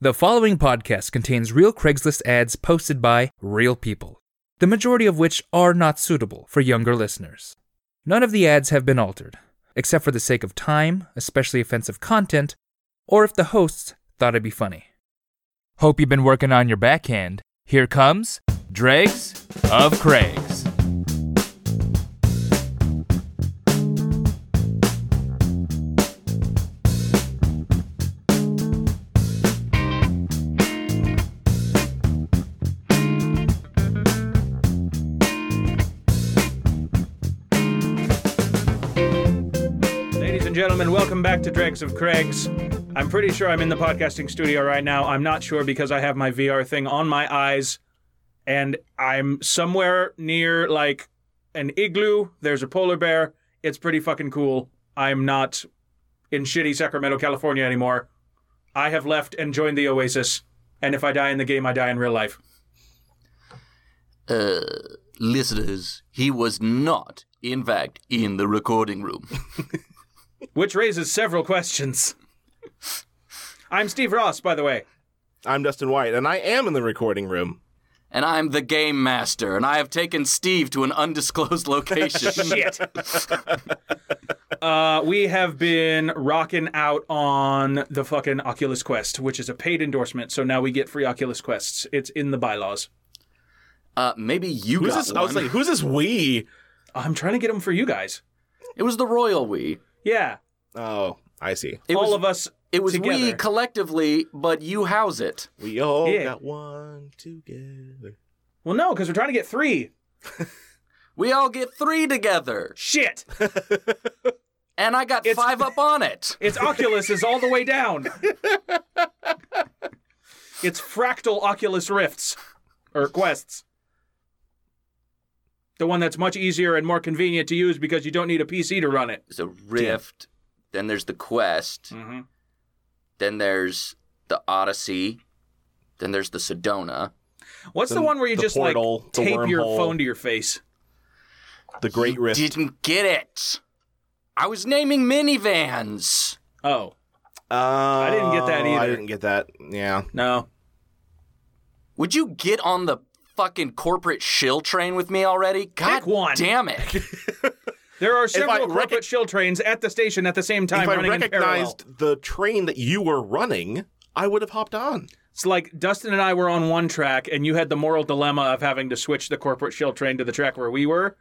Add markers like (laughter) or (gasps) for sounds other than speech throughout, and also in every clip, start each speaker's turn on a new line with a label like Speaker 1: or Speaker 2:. Speaker 1: The following podcast contains real Craigslist ads posted by real people, the majority of which are not suitable for younger listeners. None of the ads have been altered, except for the sake of time, especially offensive content, or if the hosts thought it'd be funny. Hope you've been working on your backhand. Here comes Dregs of Craigs.
Speaker 2: Ladies and gentlemen, welcome back to Dregs of Craigs. I'm pretty sure I'm in the podcasting studio right now. I'm not sure because I have my VR thing on my eyes and I'm somewhere near like an igloo. There's a polar bear. It's pretty fucking cool. I'm not in shitty Sacramento, California anymore. I have left and joined the Oasis. And if I die in the game, I die in real life.
Speaker 3: Uh, listeners, he was not, in fact, in the
Speaker 2: (laughs)
Speaker 3: recording room.
Speaker 2: Which raises several questions. I'm Steve Ross, by the way.
Speaker 4: I'm Dustin White, and I am in the recording room.
Speaker 3: and I'm the game master, and I have taken Steve to an undisclosed location.
Speaker 2: (laughs) Shit. uh, we have been rocking out on the fucking Oculus Quest, which is a paid endorsement. So now we get free Oculus Quests. It's in the bylaws.
Speaker 3: uh, maybe you
Speaker 4: Who's
Speaker 3: got
Speaker 4: this?
Speaker 3: one.
Speaker 4: I was like, who's this we?
Speaker 2: I'm trying to get them for you guys.
Speaker 3: it was the royal we.
Speaker 2: Yeah,
Speaker 4: Oh, I see.
Speaker 3: It
Speaker 2: all
Speaker 3: was,
Speaker 2: of us.
Speaker 3: It was
Speaker 2: together.
Speaker 3: we collectively, but you house it.
Speaker 4: We all
Speaker 2: Yeah.
Speaker 4: got one together.
Speaker 2: well, no, because we're trying to get three.
Speaker 3: We all get three together,
Speaker 2: Shit,
Speaker 3: and I got
Speaker 2: It's- (laughs)
Speaker 3: five up on it. (laughs)
Speaker 2: it's Oculus is all the way down. it's fractal Oculus Rifts or Quests. The one that's much easier and more convenient to use because you don't need a PC to run it.
Speaker 3: There's a rift, then there's the quest,
Speaker 2: Mm-hmm.
Speaker 3: then there's the Odyssey, then there's the Sedona.
Speaker 2: What's the,
Speaker 4: The-
Speaker 2: one where you
Speaker 4: the
Speaker 2: just
Speaker 4: portal,
Speaker 2: like
Speaker 4: the
Speaker 2: tape your
Speaker 4: wormhole.
Speaker 2: phone to your face?
Speaker 4: The Great Rift.
Speaker 3: Didn't get it. I was naming minivans.
Speaker 2: Oh
Speaker 4: Uh,
Speaker 2: I didn't get that either.
Speaker 4: I didn't get that. Yeah.
Speaker 2: no,
Speaker 3: Would you get on the fucking corporate shill train with me already? God
Speaker 2: one.
Speaker 3: damn it.
Speaker 2: there are several
Speaker 4: I
Speaker 2: corporate
Speaker 4: recog-
Speaker 2: shill trains at the station at the same time
Speaker 4: if I
Speaker 2: running in parallel.
Speaker 4: recognized the train that you were running, I would have hopped on.
Speaker 2: It's like Dustin and I were on one track, and you had the moral dilemma of having to switch the corporate shill train to the track where we were,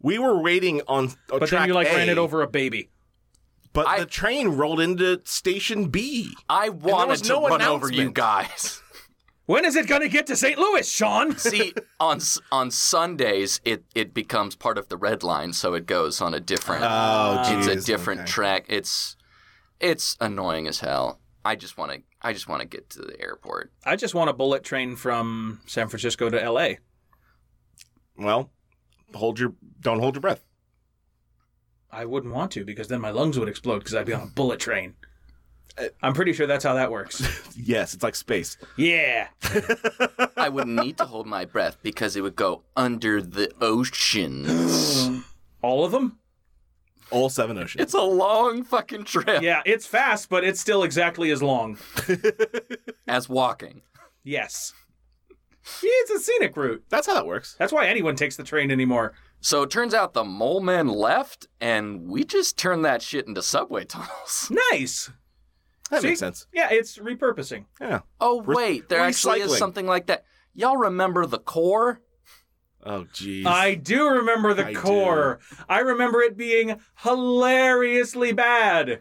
Speaker 4: We were waiting on a
Speaker 2: but
Speaker 4: Oh, track
Speaker 2: then you like
Speaker 4: A,
Speaker 2: ran it over a baby.
Speaker 4: But
Speaker 3: I-
Speaker 4: the train rolled into station B. (laughs)
Speaker 3: I
Speaker 4: was
Speaker 3: wanted to
Speaker 4: no
Speaker 3: run over you
Speaker 4: announcement. (laughs)
Speaker 3: guys.
Speaker 2: When is it gonna get to St. Louis, Sean?
Speaker 3: See, on s- on Sundays it it becomes part of the red line, so it goes on a different
Speaker 4: Oh,
Speaker 3: it's
Speaker 4: geez.
Speaker 3: a different
Speaker 4: okay.
Speaker 3: track. It's it's annoying as hell. I just want to I just want to get to the airport.
Speaker 2: I just want a bullet train from San Francisco to L.A.
Speaker 4: Well, hold your don't hold your breath.
Speaker 2: I wouldn't want to because then my lungs would explode because I'd be on a bullet train.
Speaker 4: Uh,
Speaker 2: I'm pretty sure that's how that
Speaker 4: (laughs)
Speaker 2: works.
Speaker 4: Yes, it's like space.
Speaker 2: Yeah.
Speaker 3: I would need to hold my breath because it would go under the
Speaker 4: (gasps)
Speaker 3: oceans. (laughs)
Speaker 2: All of them?
Speaker 4: All seven
Speaker 2: (laughs)
Speaker 4: oceans.
Speaker 3: it's a long fucking trip
Speaker 2: Yeah, it's fast, but it's still exactly as long.
Speaker 3: as walking.
Speaker 2: Yes. Yeah, it's a scenic route.
Speaker 4: That's how that works.
Speaker 2: That's why anyone takes the train anymore.
Speaker 3: So it turns out the mole men left, and we just turned that shit into subway (laughs) tunnels.
Speaker 2: Nice.
Speaker 4: That
Speaker 2: See?
Speaker 4: makes sense.
Speaker 2: Yeah, it's repurposing.
Speaker 4: Yeah.
Speaker 3: Oh wait, there actually is
Speaker 4: recycling.
Speaker 3: something like that. Y'all remember the core?
Speaker 4: Oh, jeez.
Speaker 2: I do remember the
Speaker 4: I do.
Speaker 2: core. I remember it being hilariously bad.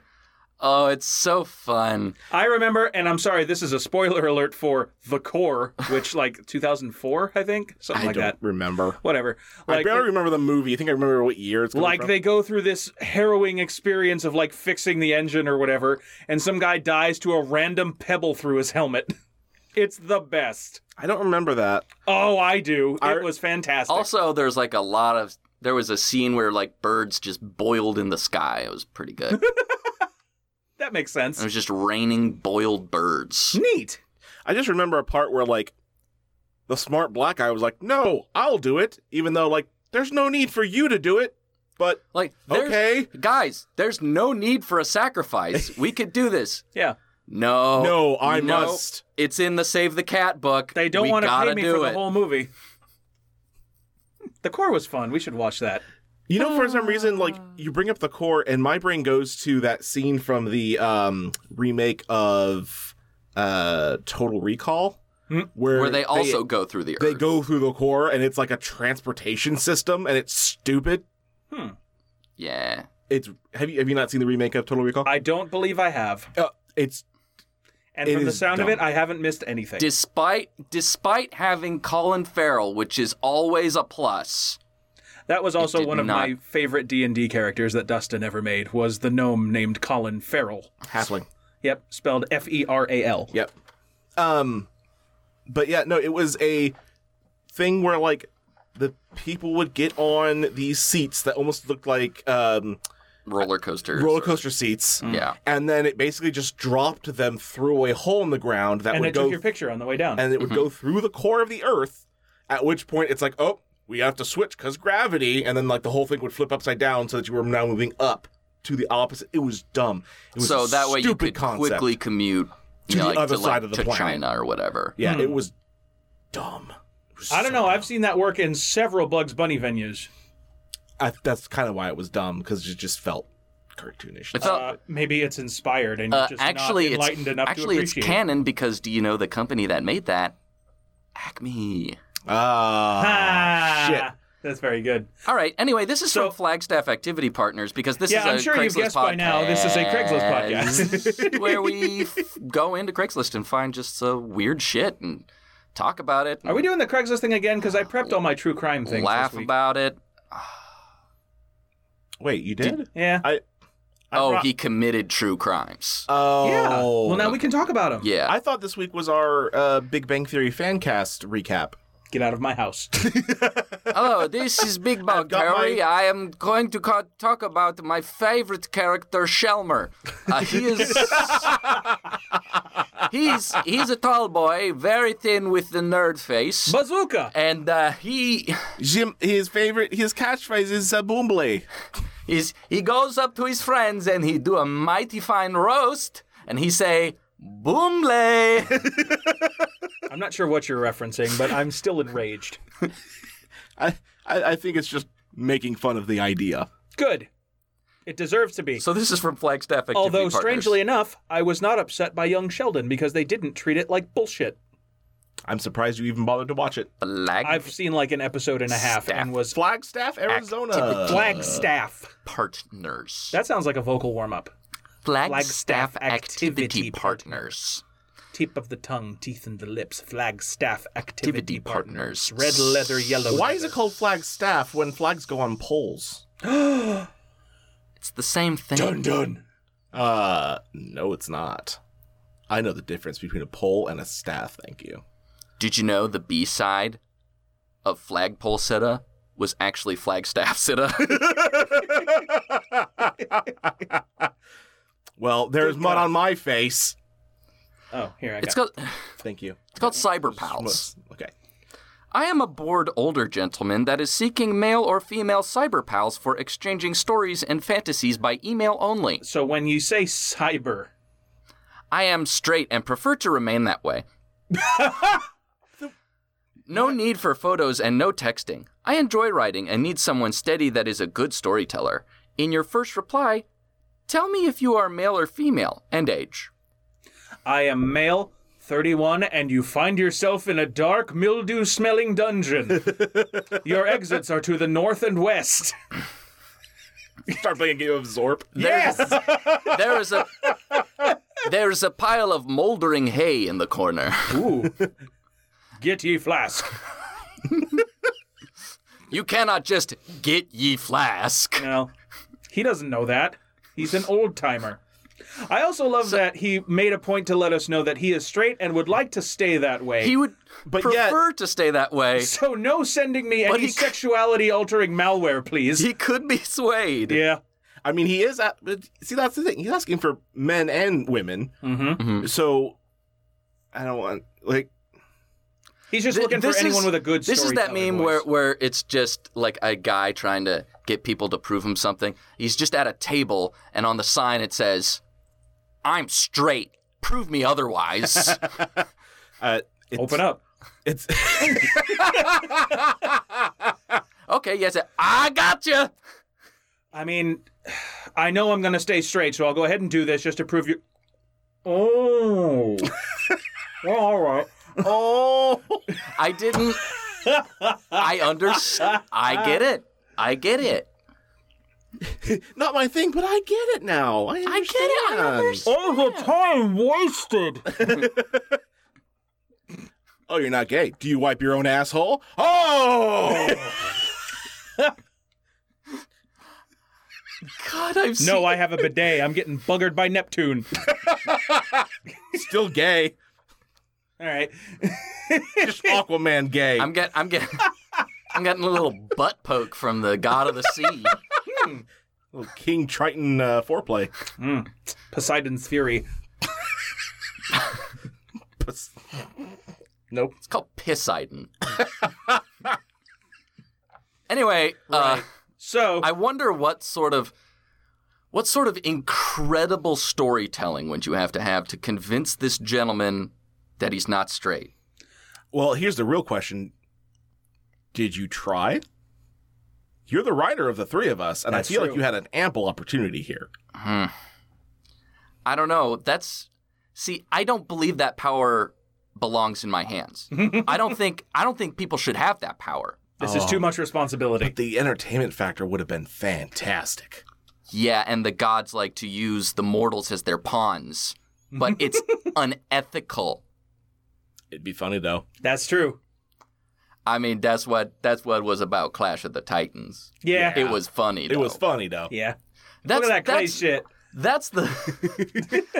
Speaker 3: Oh, it's so fun.
Speaker 2: I remember, and I'm sorry, this is a spoiler alert for the core, which like 2004, I think, something
Speaker 4: I
Speaker 2: like
Speaker 4: don't
Speaker 2: that.
Speaker 4: remember.
Speaker 2: Whatever.
Speaker 4: I
Speaker 2: Like,
Speaker 4: barely remember the movie. I think I remember what year it's coming
Speaker 2: like
Speaker 4: from.
Speaker 2: they go through this harrowing experience of like fixing the engine or whatever and some guy dies to a random pebble through his helmet (laughs) it's the best
Speaker 4: I don't remember that.
Speaker 2: oh i do
Speaker 4: I-
Speaker 2: it was fantastic
Speaker 3: Also, there's like a lot of there was a scene where like birds just boiled in the sky. It was pretty good. it
Speaker 2: that makes sense
Speaker 3: was just raining boiled birds.
Speaker 2: neat
Speaker 4: I just remember a part where like the smart black guy was like, "No, I'll do it," even though like there's no need for you to do it. But
Speaker 3: Like there's,
Speaker 4: okay,
Speaker 3: guys, there's no need for a sacrifice. We could do this.
Speaker 2: yeah
Speaker 3: No.
Speaker 4: No, I
Speaker 3: no.
Speaker 4: must.
Speaker 3: It's in the Save the Cat book.
Speaker 2: They don't
Speaker 3: We
Speaker 2: want to
Speaker 3: gotta
Speaker 2: pay me
Speaker 3: do
Speaker 2: for
Speaker 3: it.
Speaker 2: the whole movie. The core was fun. We should watch that.
Speaker 4: You know, for some reason, like
Speaker 2: Ah.
Speaker 4: you bring up the core, and my brain goes to that scene from the um, remake of uh, Total Recall,
Speaker 2: Hmm?
Speaker 4: where,
Speaker 3: Where they also go through the
Speaker 4: they
Speaker 3: earth.
Speaker 4: go through the core, and it's like a transportation system, and it's stupid.
Speaker 3: Yeah.
Speaker 4: It's have you have you not seen the remake of Total Recall?
Speaker 2: I don't believe I have.
Speaker 4: uh, it's
Speaker 2: And
Speaker 4: It
Speaker 2: from the
Speaker 4: is
Speaker 2: sound of
Speaker 4: dumb.
Speaker 2: it, I haven't missed anything.
Speaker 3: Despite despite having Colin Farrell, which is always a plus.
Speaker 2: that was also
Speaker 3: did
Speaker 2: one of
Speaker 3: not-
Speaker 2: my favorite D&D characters that Dustin ever made was the gnome named Colin Farrell.
Speaker 4: halfling.
Speaker 2: Yep, spelled F E R A L.
Speaker 4: Yep. Um, but yeah, no, it was a thing where like the people would get on these seats that almost looked like um,
Speaker 3: Roller coasters.
Speaker 4: roller coaster seats.
Speaker 2: Mm.
Speaker 3: Yeah.
Speaker 4: and then it basically just dropped them through a hole in the ground that
Speaker 2: And I
Speaker 4: would
Speaker 2: took
Speaker 4: go
Speaker 2: your picture on the way down.
Speaker 4: and it would
Speaker 3: Mm-hmm.
Speaker 4: go through the core of the earth at which point it's like oh we have to switch because gravity and then like the whole thing would flip upside down so that you were now moving up to the opposite it was dumb it was
Speaker 3: so
Speaker 4: a
Speaker 3: that way you
Speaker 4: stupid
Speaker 3: could
Speaker 4: concept.
Speaker 3: quickly commute
Speaker 4: To
Speaker 3: you know,
Speaker 4: the
Speaker 3: like,
Speaker 4: other
Speaker 3: to,
Speaker 4: side
Speaker 3: like,
Speaker 4: of the
Speaker 3: to
Speaker 4: planet.
Speaker 3: China or whatever.
Speaker 4: yeah it was dumb It was
Speaker 2: Hmm. I don't
Speaker 4: so-
Speaker 2: know. I've seen that work in several Bugs Bunny venues.
Speaker 4: I, that's kind of why it was dumb because it just felt cartoonish
Speaker 3: It felt-
Speaker 2: Uh, maybe it's inspired and
Speaker 3: uh,
Speaker 2: you're just
Speaker 3: actually,
Speaker 2: not
Speaker 3: it's
Speaker 2: enlightened enough
Speaker 3: actually
Speaker 2: to
Speaker 3: it's
Speaker 2: appreciate. it.
Speaker 3: canon because do you know the company that made that? Acme.
Speaker 4: ah shit
Speaker 2: Ah, That's very good.
Speaker 3: All right. Anyway, this is
Speaker 2: So-
Speaker 3: from Flagstaff Activity Partners because this
Speaker 2: Yeah,
Speaker 3: is a
Speaker 2: I'm sure you've
Speaker 3: Craigslist
Speaker 2: guessed by now this is a Craigslist (laughs)
Speaker 3: podcast (laughs) where we f- go into Craigslist and find just uh, weird shit and talk about it,
Speaker 2: Are we doing the Craigslist thing again? Because I prepped all my true crime
Speaker 3: and
Speaker 2: things
Speaker 3: laugh
Speaker 2: this week.
Speaker 3: about it.
Speaker 4: wait you did,
Speaker 2: yeah.
Speaker 4: I, I
Speaker 3: oh,
Speaker 4: brought-
Speaker 3: he committed true
Speaker 2: Uh,
Speaker 3: crimes.
Speaker 4: oh
Speaker 2: Yeah. Well, now we can talk about them.
Speaker 3: yeah.
Speaker 2: (laughs)
Speaker 4: I thought this week was our uh, Big Bang Theory fan cast recap.
Speaker 2: Get out of my
Speaker 4: (laughs)
Speaker 2: house.
Speaker 3: Hello, Oh, this is Big Bug
Speaker 4: got
Speaker 3: Harry.
Speaker 4: my-
Speaker 3: I am going to co- talk about my favorite character, Shelmer. Uh, he
Speaker 2: (laughs)
Speaker 3: is. he's, he's a tall boy, very thin with the nerd face.
Speaker 2: Bazooka.
Speaker 3: and uh, he
Speaker 4: Jim, his favorite, his catchphrase is "Zabumble."
Speaker 3: is he goes up to his friends and he do a mighty fine roast and he say
Speaker 2: (laughs)
Speaker 3: boomlay
Speaker 2: I'm not sure what you're referencing, but I'm still enraged.
Speaker 4: I, I, I think it's just making fun of the idea.
Speaker 2: Good. It deserves to be.
Speaker 3: so this is from flagstaff Activity
Speaker 2: Although,
Speaker 3: Partners.
Speaker 2: strangely enough, I was not upset by Young Sheldon because they didn't treat it like bullshit.
Speaker 4: I'm surprised you even bothered to watch it.
Speaker 3: Flag-
Speaker 2: I've seen like an episode and a half and was
Speaker 4: Flagstaff, Arizona.
Speaker 3: Activity.
Speaker 2: Flagstaff.
Speaker 3: partners
Speaker 2: That sounds like a vocal warm up.
Speaker 3: flagstaff,
Speaker 2: Flagstaff
Speaker 3: activity,
Speaker 2: Activity
Speaker 3: partners
Speaker 2: Tip of the tongue, teeth and the lips, Flagstaff activity
Speaker 3: Activity partners.
Speaker 2: partners. Red leather, yellow.
Speaker 4: Why is it
Speaker 2: leather.
Speaker 4: called Flagstaff when flags go on poles?
Speaker 3: it's the same thing
Speaker 4: dun. Uh, no, it's not. I know the difference between a pole and a staff. Thank you.
Speaker 3: did you know the b-side of flagpole sitta was actually flagstaff
Speaker 2: (laughs)
Speaker 3: sitta
Speaker 4: Well, there's mud on my face.
Speaker 2: Oh, here I
Speaker 3: it's
Speaker 2: go.
Speaker 3: called
Speaker 4: Thank you.
Speaker 3: it's called cyber pals
Speaker 4: Okay.
Speaker 3: I am a bored older gentleman that is seeking male or female cyber pals for exchanging stories and fantasies by email only.
Speaker 2: So when you say cyber,
Speaker 3: I am straight and prefer to remain that way. no need for photos and no texting. I enjoy writing and need someone steady that is a good storyteller. In your first reply, tell me if you are male or female and age.
Speaker 2: I am male, 31, and you find yourself in a dark, mildew smelling
Speaker 4: (laughs)
Speaker 2: dungeon. Your exits are to the north and west.
Speaker 4: Start playing a game of Zorp.
Speaker 2: Yes!
Speaker 3: There is a there is a pile of moldering hay in the corner.
Speaker 2: Ooh. Get ye flask.
Speaker 3: You cannot just get ye flask.
Speaker 2: No, he doesn't know that. He's an old timer. I also love that he made a point to let us know that he is straight and would like to stay that way.
Speaker 3: He would
Speaker 4: But yet-
Speaker 3: prefer to stay that way.
Speaker 2: (laughs) so no sending me any
Speaker 3: he-
Speaker 2: sexuality altering malware, please.
Speaker 3: He could be swayed.
Speaker 2: yeah.
Speaker 4: I mean, he is. At, but see, that's the thing. He's asking for men and women.
Speaker 2: Mm-hmm.
Speaker 4: So I don't want like
Speaker 2: He's just
Speaker 3: Th-
Speaker 2: looking for
Speaker 3: this
Speaker 2: anyone
Speaker 3: is-
Speaker 2: with a good.
Speaker 3: This is that
Speaker 2: storytelling
Speaker 3: meme
Speaker 2: voice.
Speaker 3: where, where it's just like a guy trying to get people to prove him something. He's just at a table, and on the sign it says, "I'm straight. prove me (laughs) otherwise.
Speaker 4: Uh, it's,
Speaker 2: Open up.
Speaker 4: (laughs) It's
Speaker 3: okay, yes, I gotcha.
Speaker 2: I mean, (sighs) I know I'm going to stay straight, so I'll go ahead and do this just to prove you.
Speaker 3: (laughs)
Speaker 2: Oh. well, all right.
Speaker 4: oh,
Speaker 3: I didn't. I understand. I get it. I get it.
Speaker 4: not my thing, but I get it now. I,
Speaker 3: I get it. I understand.
Speaker 4: understand.
Speaker 2: All the time wasted.
Speaker 4: Oh, you're not gay. Do you wipe your own asshole? (laughs) Oh,
Speaker 3: God, I've seen.
Speaker 2: no,
Speaker 3: (laughs)
Speaker 2: I have a bidet. I'm getting buggered by Neptune.
Speaker 4: still gay.
Speaker 2: All right. (laughs)
Speaker 4: (laughs) Just Aquaman gay.
Speaker 3: I'm get. I'm getting. I'm getting a little butt poke from the god of (laughs) the sea.
Speaker 4: Little King Triton uh, foreplay.
Speaker 2: Poseidon's Fury.
Speaker 4: Pus- (laughs) nope.
Speaker 3: It's called Poseidon. (laughs) anyway, uh,
Speaker 2: So,
Speaker 3: I wonder what sort of what sort of incredible storytelling would you have to have to convince this gentleman that he's not straight?
Speaker 4: Well, here's the real question: Did you try? You're the writer of the three of us, and
Speaker 2: That's
Speaker 4: I feel
Speaker 2: true.
Speaker 4: like you had an ample opportunity here.
Speaker 3: I don't know. That's see, I don't believe that power belongs in my hands. I don't think I don't think people should have that power.
Speaker 2: this is too much responsibility.
Speaker 4: The entertainment factor would have been fantastic.
Speaker 3: Yeah, and the gods like to use the mortals as their pawns, but it's unethical.
Speaker 4: It'd be funny though.
Speaker 2: That's true.
Speaker 3: I mean, that's what that's what was about Clash of the Titans.
Speaker 2: Yeah.
Speaker 3: It was funny.
Speaker 4: It
Speaker 3: though.
Speaker 4: was funny though.
Speaker 2: Yeah.
Speaker 3: That's,
Speaker 2: Look at that clay
Speaker 3: that's,
Speaker 2: shit.
Speaker 3: That's the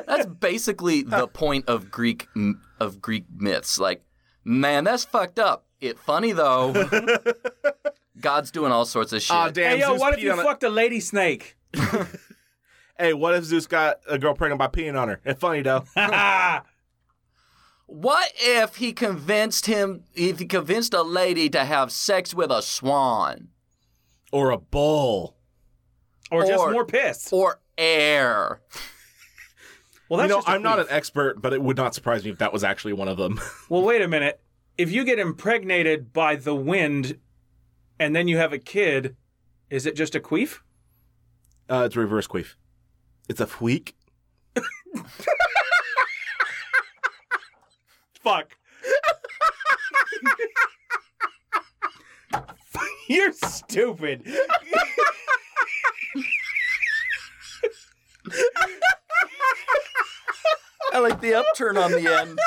Speaker 2: (laughs)
Speaker 3: that's basically the point of Greek m- of Greek myths. Like, man, that's fucked up. It funny
Speaker 2: (laughs)
Speaker 3: though. God's doing all sorts of shit.
Speaker 4: Aw, damn.
Speaker 2: Hey, yo,
Speaker 4: Zeus
Speaker 2: what if
Speaker 4: peed
Speaker 2: you
Speaker 4: on a-
Speaker 2: fucked a lady snake? (laughs)
Speaker 4: Hey, what if Zeus got a girl pregnant by peeing on her? It's funny though.
Speaker 3: what if he convinced him? If he convinced a lady to have sex with a swan
Speaker 4: or a bull.
Speaker 2: Or just
Speaker 3: Or-
Speaker 2: more piss?
Speaker 3: or air?
Speaker 2: Well, that's
Speaker 4: You know,
Speaker 2: just a
Speaker 4: I'm not
Speaker 2: queef.
Speaker 4: an expert, but it would not surprise me if that was actually one of them. (laughs)
Speaker 2: Well, wait a minute. If you get impregnated by the wind and then you have a kid, is it just a queef?
Speaker 4: Uh, it's reverse queef. It's a fweek.
Speaker 2: Fuck. (laughs) You're stupid.
Speaker 3: I like the upturn on the end.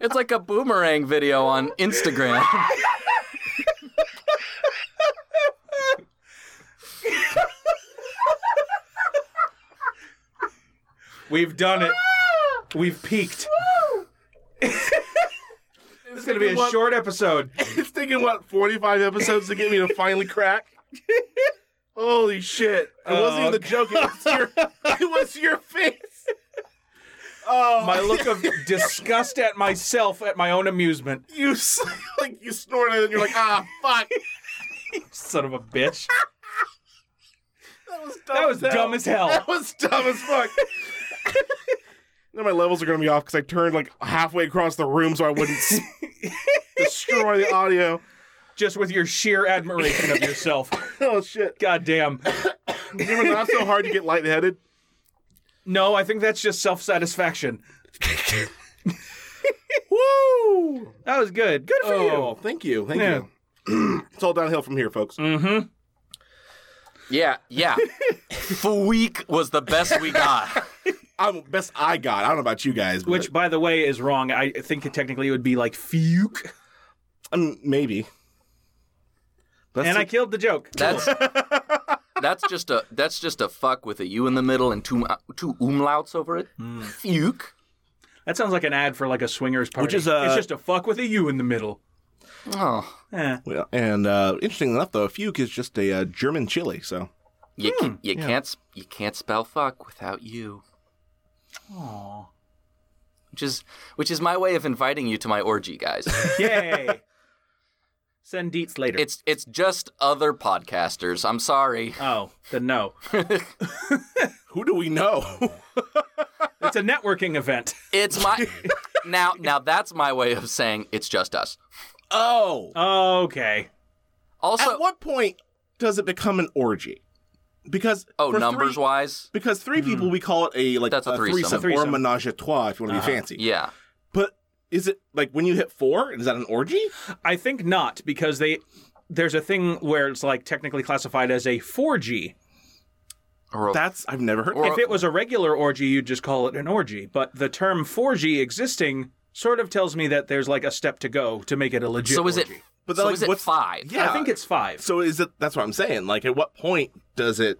Speaker 3: It's like a boomerang video on Instagram.
Speaker 2: We've done it. We've peaked. It's going to be a
Speaker 4: (laughs)
Speaker 2: short episode.
Speaker 4: It's taking what 45 episodes to get me to finally crack.
Speaker 2: (laughs)
Speaker 4: Holy shit! It wasn't even the joke. It was
Speaker 2: (laughs)
Speaker 4: your, it was your face. Oh,
Speaker 2: My look of disgust at myself at my own amusement.
Speaker 4: you s- (laughs) like you snorted and you're like, ah, fuck.
Speaker 2: Son of a bitch.
Speaker 4: That was dumb.
Speaker 2: That was
Speaker 4: hell.
Speaker 2: dumb as hell.
Speaker 4: That was dumb as (laughs) fuck. now my levels are gonna be off because I turned like halfway across the room so I wouldn't (laughs) s- destroy the audio.
Speaker 2: Just with your sheer admiration of yourself.
Speaker 4: Oh shit!
Speaker 2: God damn.
Speaker 4: You were not so hard to get lightheaded.
Speaker 2: No, I think that's just self satisfaction.
Speaker 4: (laughs) Woo!
Speaker 2: That was good. Good for
Speaker 4: Oh, thank you, thank
Speaker 2: Yeah.
Speaker 4: you. (clears throat) it's all downhill from here, folks.
Speaker 2: you. Mm-hmm.
Speaker 3: Yeah, yeah. Fweek was the best we got.
Speaker 4: I'm best I got. I don't know about you guys, but
Speaker 2: Which, by the way, is wrong. I think it technically would be like fuke.
Speaker 4: um, maybe. That's
Speaker 2: And I killed the joke.
Speaker 3: That's that's just a that's just a fuck with a U in the middle and two two umlauts over it. Fuke.
Speaker 2: That sounds like an ad for like a swingers party.
Speaker 4: is, uh,
Speaker 2: it's just a fuck with a U in the middle.
Speaker 3: Oh,
Speaker 2: Eh.
Speaker 4: Well, and uh, interesting enough, though, fuke is just a uh, German chili. So
Speaker 3: you ca- you can't s- you can't spell fuck without you. Which is which is my way of inviting you to my orgy, guys.
Speaker 4: (laughs)
Speaker 2: Yay. Send deets later.
Speaker 3: it's it's just other podcasters. I'm sorry.
Speaker 2: oh, then no.
Speaker 4: Who do we know? (laughs)
Speaker 2: It's a networking event.
Speaker 3: It's my now. Now that's my way of saying it's just us.
Speaker 4: oh.
Speaker 2: Okay.
Speaker 3: Also,
Speaker 4: At what point does it become an orgy? Because
Speaker 3: oh,
Speaker 4: for
Speaker 3: numbers
Speaker 4: three,
Speaker 3: wise,
Speaker 4: because three people we call it a like
Speaker 3: That's a threesome.
Speaker 4: threesome, or
Speaker 2: Hmm. Threesome. Ah.
Speaker 4: menage a trois if you want to be fancy.
Speaker 3: yeah.
Speaker 4: But is it like when you hit four? Is that an orgy?
Speaker 2: I think not because they there's a thing where it's like technically classified as a 4G.
Speaker 3: Or-
Speaker 4: That's I've never heard.
Speaker 3: Or-
Speaker 2: If it was a regular orgy, you'd just call it an orgy. But the term 4G existing sort of tells me that there's like a step to go to make it a legit.
Speaker 3: so is it?
Speaker 2: orgy.
Speaker 4: But
Speaker 3: so
Speaker 4: like,
Speaker 3: is it
Speaker 4: what's-
Speaker 3: five?
Speaker 4: Yeah,
Speaker 2: I think it's five.
Speaker 4: So is it? That's what I'm saying. Like, at what point does it?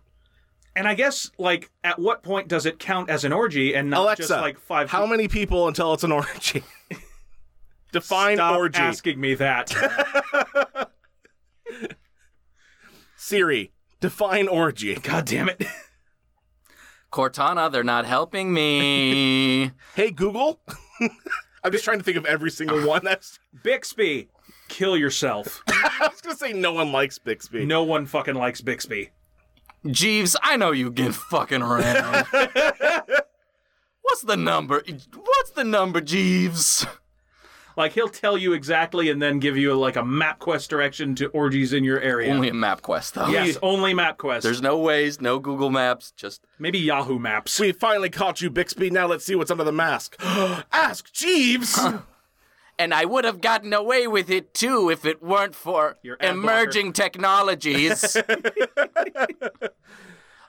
Speaker 2: and I guess like at what point does it count as an orgy and not
Speaker 4: Alexa,
Speaker 2: just like five?
Speaker 4: how many people until it's an
Speaker 2: (laughs)
Speaker 4: orgy? Define
Speaker 2: Stop
Speaker 4: orgy.
Speaker 2: asking me that.
Speaker 4: (laughs) Siri, define orgy.
Speaker 2: God damn it!
Speaker 3: Cortana, they're not helping
Speaker 4: (laughs)
Speaker 3: me.
Speaker 4: Hey Google. I'm just trying to think of
Speaker 3: (sighs)
Speaker 4: every single one. (laughs) That's,
Speaker 2: Bixby, kill yourself.
Speaker 4: I was gonna say no one likes Bixby.
Speaker 2: No one fucking likes Bixby.
Speaker 3: Jeeves, I know you get
Speaker 4: (laughs)
Speaker 3: fucking around. What's the number? What's the number, Jeeves?
Speaker 2: Like he'll tell you exactly and then give you like a map quest direction to orgies in your area.
Speaker 3: Only a MapQuest though.
Speaker 2: yes, only MapQuest.
Speaker 3: There's no ways, no Google Maps, just
Speaker 2: maybe Yahoo Maps.
Speaker 4: We finally caught you, Bixby. Now let's see what's under the mask. (gasps) Ask Jeeves. (laughs)
Speaker 3: and I would have gotten away with it too if it weren't for
Speaker 2: Your ad (laughs)
Speaker 3: emerging technologies.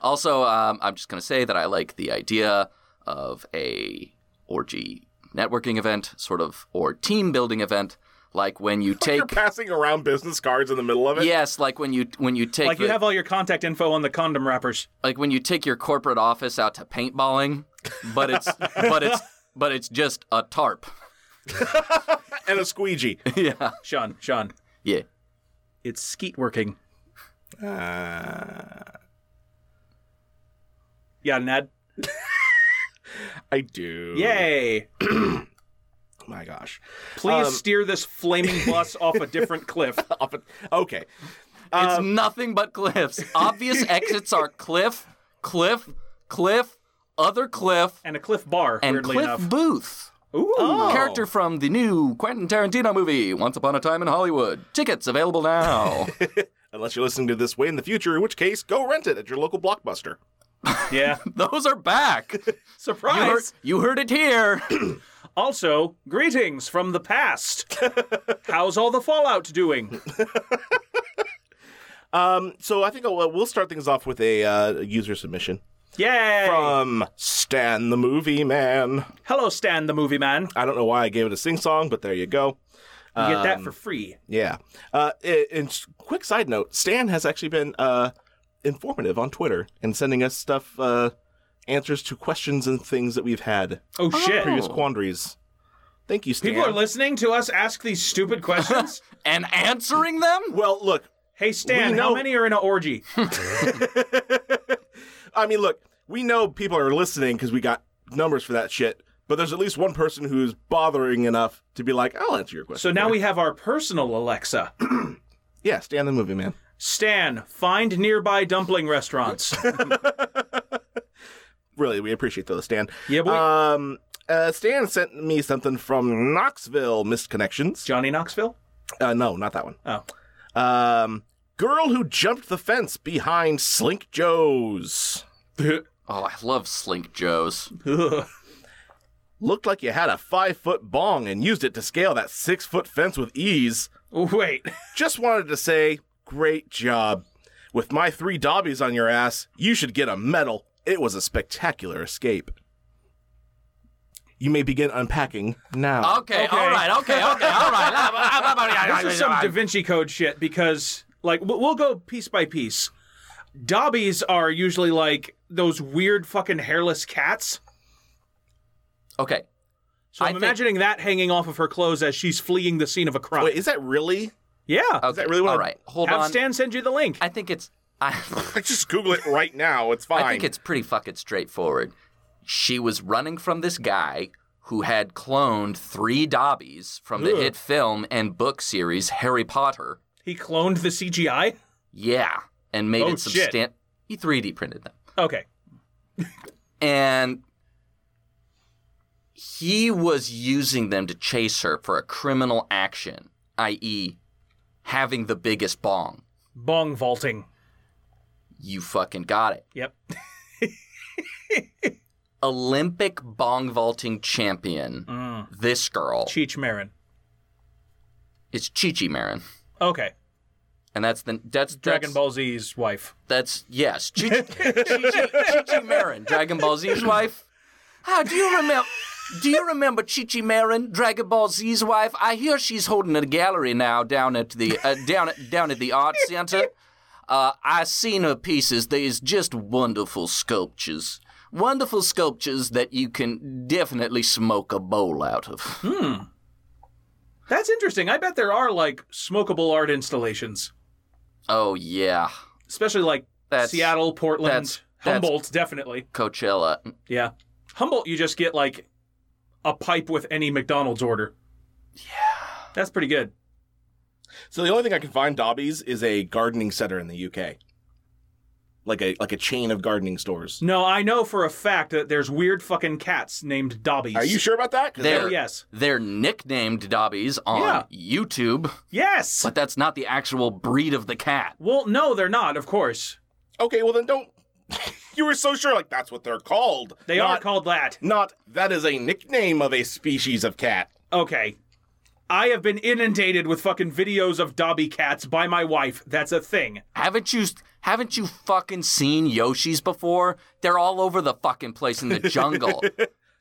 Speaker 3: also, um, I'm just going to say that I like the idea of a orgy networking event, sort of, or team building event, like
Speaker 2: (laughs)
Speaker 3: when you
Speaker 4: You're
Speaker 3: take.
Speaker 4: passing around business cards in the middle of it.
Speaker 3: Yes, like when you when you take
Speaker 2: Like you
Speaker 3: the-
Speaker 2: have all your contact info on the condom wrappers.
Speaker 3: like when you take your corporate office out to paintballing,
Speaker 2: (laughs)
Speaker 3: but it's but it's but it's just a tarp.
Speaker 4: And a squeegee.
Speaker 3: yeah,
Speaker 2: Sean, Sean,
Speaker 3: yeah.
Speaker 2: it's skeet working.
Speaker 4: Uh,
Speaker 2: Yeah, Ned.
Speaker 4: I do. Oh
Speaker 2: Yay!
Speaker 4: My gosh.
Speaker 2: Please
Speaker 4: Um,
Speaker 2: steer this flaming
Speaker 3: (laughs)
Speaker 2: bus off a different cliff.
Speaker 4: Up it- Okay.
Speaker 3: It's nothing but cliffs. Obvious exits are cliff, cliff, cliff, other cliff,
Speaker 2: And a cliff bar,
Speaker 3: and
Speaker 2: weirdly
Speaker 3: Cliff
Speaker 2: enough. Oh.
Speaker 3: Booth.
Speaker 2: Ooh.
Speaker 3: Character from the new Quentin Tarantino movie, Once Upon a Time in Hollywood. Tickets available now.
Speaker 4: Unless you're listening to this way in the future, in which case, go rent it at your local blockbuster.
Speaker 3: (laughs)
Speaker 2: Yeah.
Speaker 3: Those are back. You heard,
Speaker 2: Surprise!
Speaker 3: you heard it here.
Speaker 2: Also, greetings from the
Speaker 3: (laughs)
Speaker 2: past. How's all the Fallout doing?
Speaker 4: Um, so I think I'll, uh, we'll start things off with a uh, user submission
Speaker 2: Yay!
Speaker 4: from Stan the Movie Man.
Speaker 2: Hello, Stan the Movie Man.
Speaker 4: I don't know why I gave it a sing song, but there you go.
Speaker 2: You get
Speaker 3: Um,
Speaker 2: that for free.
Speaker 4: Yeah. Uh, a- and s- quick side note: Stan has actually been uh, informative on Twitter and sending us stuff, uh, answers to questions and things that we've had,
Speaker 2: Oh, shit.
Speaker 4: previous quandaries. Thank you, Stan.
Speaker 2: People are listening to us ask these stupid questions.
Speaker 3: And answering them?
Speaker 4: well, look. (laughs)
Speaker 2: hey, Stan,
Speaker 4: We
Speaker 2: how
Speaker 4: know-
Speaker 2: many are in an orgy?
Speaker 4: I mean, look. We know people are listening because we got numbers for that shit. But there's at least one person who's bothering enough to be like, "I'll answer your question."
Speaker 2: So now we have our personal Alexa.
Speaker 4: yeah, Stan the movie man.
Speaker 2: Stan, find nearby dumpling restaurants.
Speaker 4: Really, we appreciate those, Stan.
Speaker 2: Yeah, boy.
Speaker 4: Um, uh, Stan sent me something from Knoxville, Missed Connections.
Speaker 2: Johnny Knoxville?
Speaker 4: Uh, no, not that one.
Speaker 2: Oh. (laughs)
Speaker 4: Um, girl who jumped the fence behind Slink Joe's.
Speaker 3: Oh, I love Slink Joe's.
Speaker 4: Looked like you had a five foot bong and used it to scale that six foot fence with ease.
Speaker 2: Wait.
Speaker 4: Just wanted to say, great job. With my three Dobbies on your ass, you should get a medal. It was a spectacular escape. You may begin unpacking now.
Speaker 3: Okay,
Speaker 2: Okay.
Speaker 3: all right, okay, okay,
Speaker 2: (laughs)
Speaker 3: all right.
Speaker 2: This is some Da Vinci Code shit because, like, we'll we'll go piece by piece. Dobbies are usually like those weird fucking hairless cats.
Speaker 3: Okay,
Speaker 2: So
Speaker 3: I
Speaker 2: I'm
Speaker 3: think-
Speaker 2: imagining that hanging off of her clothes as she's fleeing the scene of a crime.
Speaker 4: Wait, is that really?
Speaker 2: yeah.
Speaker 3: okay.
Speaker 4: that really what
Speaker 3: all
Speaker 4: I-
Speaker 3: right, Uh, hold
Speaker 2: Have
Speaker 3: on.
Speaker 2: Stan send you the link.
Speaker 3: I think it's. I, (laughs)
Speaker 4: Just Google it right now. It's fine.
Speaker 3: I think it's pretty fucking straightforward. She was running from this guy who had cloned three Dobbies from the hit film and book series Harry Potter.
Speaker 2: He cloned the CGI?
Speaker 3: Yeah, and made
Speaker 2: Oh,
Speaker 3: it
Speaker 2: shit.
Speaker 3: substant. He 3D printed them.
Speaker 2: Okay.
Speaker 3: and he was using them to chase her for a criminal action, i.e., having the biggest bong.
Speaker 2: Bong vaulting.
Speaker 3: You fucking got it.
Speaker 2: Yep.
Speaker 3: Olympic bong vaulting champion. This girl.
Speaker 2: Mm. Cheech Marin.
Speaker 3: it's Chichi Marin.
Speaker 2: Okay.
Speaker 3: And that's the that's
Speaker 2: Dragon
Speaker 3: that's,
Speaker 2: Ball Z's wife.
Speaker 3: That's
Speaker 2: (laughs)
Speaker 3: yes, Chichi, Chichi, Chichi Marin, Dragon Ball Z's wife. Ah, do you remember? Do you remember Chichi Marin, Dragon Ball Z's wife? I hear she's holding a gallery now down at the uh, down at, down at the art center. Uh, I seen her pieces. There's just wonderful sculptures, wonderful sculptures that you can definitely smoke a bowl out of.
Speaker 2: Hmm? That's interesting. I bet there are like smokable art installations,
Speaker 3: Oh yeah,
Speaker 2: especially like
Speaker 3: That's-
Speaker 2: Seattle, Portland,
Speaker 3: that's- that's-
Speaker 2: Humboldt, definitely.
Speaker 3: Coachella.
Speaker 2: Yeah. Humboldt, you just get like a pipe with any McDonald's order. Yeah. That's pretty good.
Speaker 4: So the only thing I can find Dobby's is a gardening center in the UK, like a like a chain of gardening stores.
Speaker 2: No, I know for a fact that there's weird fucking cats named Dobbies.
Speaker 4: Are you sure about that? 'Cause
Speaker 3: There.
Speaker 2: Oh, yes.
Speaker 3: They're nicknamed Dobbies on YouTube.
Speaker 2: Yes.
Speaker 3: But that's not the actual breed of the cat.
Speaker 2: Well, no, they're not, of course.
Speaker 4: Okay, well then don't. (laughs) you were so sure, like that's what they're called.
Speaker 2: They
Speaker 4: Not-
Speaker 2: are called that.
Speaker 4: Not that is a nickname of a species of cat.
Speaker 2: Okay. I have been inundated with fucking videos of Dobby cats by my wife. That's a thing.
Speaker 3: Haven't you haven't you fucking seen Yoshis before? They're all over the fucking place in the jungle.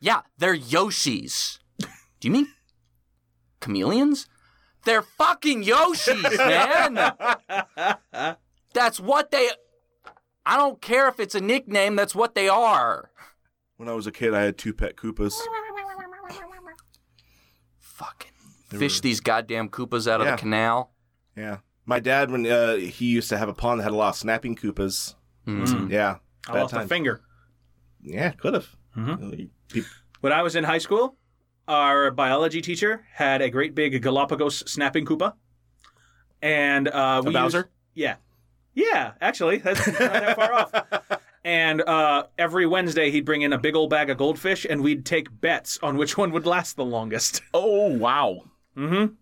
Speaker 3: yeah, they're Yoshis. Do you mean chameleons? They're fucking Yoshis, man. that's what they I don't care if it's a nickname, that's what they are.
Speaker 4: When I was a kid, I had two pet Koopas.
Speaker 3: Fucking fish these goddamn Koopas out of
Speaker 4: Yeah.
Speaker 3: the canal.
Speaker 4: Yeah, my dad when uh, he used to have a pond that had a lot of snapping Koopas.
Speaker 3: Hmm.
Speaker 4: Yeah,
Speaker 2: I
Speaker 4: bad
Speaker 2: lost a
Speaker 4: times.
Speaker 2: finger.
Speaker 4: Yeah, could have.
Speaker 2: When I was in high school, our biology teacher had a great big Galapagos snapping Koopa. And uh, we
Speaker 4: A Bowser?
Speaker 2: used- yeah. Yeah, actually, that's not that far off.
Speaker 4: (laughs)
Speaker 2: And uh, every Wednesday, he'd bring in a big old bag of goldfish, and we'd take bets on which one would last the longest. (laughs)
Speaker 4: Oh wow!
Speaker 2: Mm-hmm.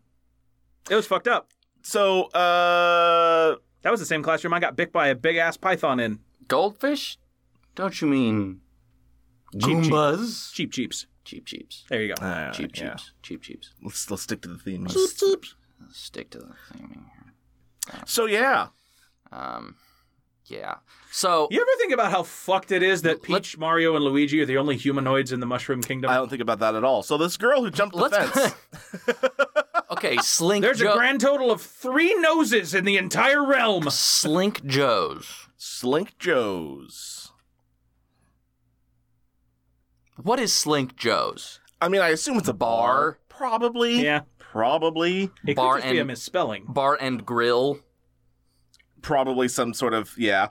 Speaker 2: It was fucked up.
Speaker 4: So, uh,
Speaker 2: That was the same classroom I got bit by a big ass python in.
Speaker 3: Goldfish? Don't you mean
Speaker 2: cheep.
Speaker 3: Goombas?
Speaker 2: Cheap cheeps.
Speaker 3: Cheep cheeps.
Speaker 2: There you go.
Speaker 4: uh,
Speaker 3: Cheep cheeps.
Speaker 4: yeah.
Speaker 3: Cheep cheeps.
Speaker 4: Let's let's stick to the theme.
Speaker 3: Stick to the thing here.
Speaker 4: So yeah,
Speaker 3: Um, yeah. So
Speaker 2: You ever think about how fucked it is that
Speaker 3: Let-
Speaker 2: Peach, Mario, and Luigi are the only humanoids in the Mushroom Kingdom?
Speaker 4: I don't think about that at all. So this girl who jumped the
Speaker 3: let's.
Speaker 4: fence.
Speaker 3: okay, Slink.
Speaker 2: There's
Speaker 3: Joe-
Speaker 2: a grand total of three noses in the entire realm.
Speaker 3: Slink Joe's.
Speaker 4: Slink Joe's.
Speaker 3: What is Slink Joe's?
Speaker 4: I mean, I assume it's a bar. Probably.
Speaker 2: Yeah.
Speaker 4: Probably.
Speaker 2: It
Speaker 3: Bar
Speaker 2: could just be a
Speaker 3: and-
Speaker 2: misspelling.
Speaker 3: Bar and Grill.
Speaker 4: Probably some sort of yeah.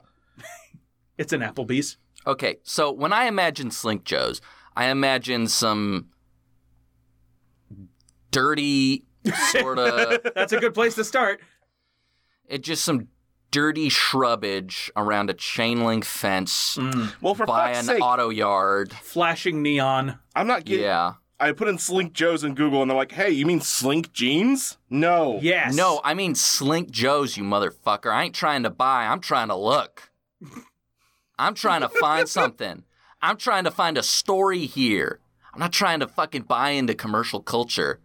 Speaker 2: It's an Applebee's.
Speaker 3: Okay, so when I imagine Slink Joe's, I imagine some dirty sort of.
Speaker 2: That's a good place to
Speaker 3: (laughs)
Speaker 2: start.
Speaker 3: It's just some dirty shrubbage around a chain link fence
Speaker 4: Well, Mm. for
Speaker 3: by
Speaker 4: fuck's
Speaker 3: an
Speaker 4: sake,
Speaker 3: auto yard.
Speaker 2: Flashing neon.
Speaker 4: I'm not getting.
Speaker 3: Yeah.
Speaker 4: I put in Slink Joe's in Google, and they're like, "Hey, you mean Slink Jeans? No.
Speaker 2: Yes.
Speaker 3: Oh, No, I mean Slink Joe's, you motherfucker. I ain't trying to buy, I'm trying to look. I'm trying to find something. I'm trying to find a story here. I'm not trying to fucking buy into commercial culture.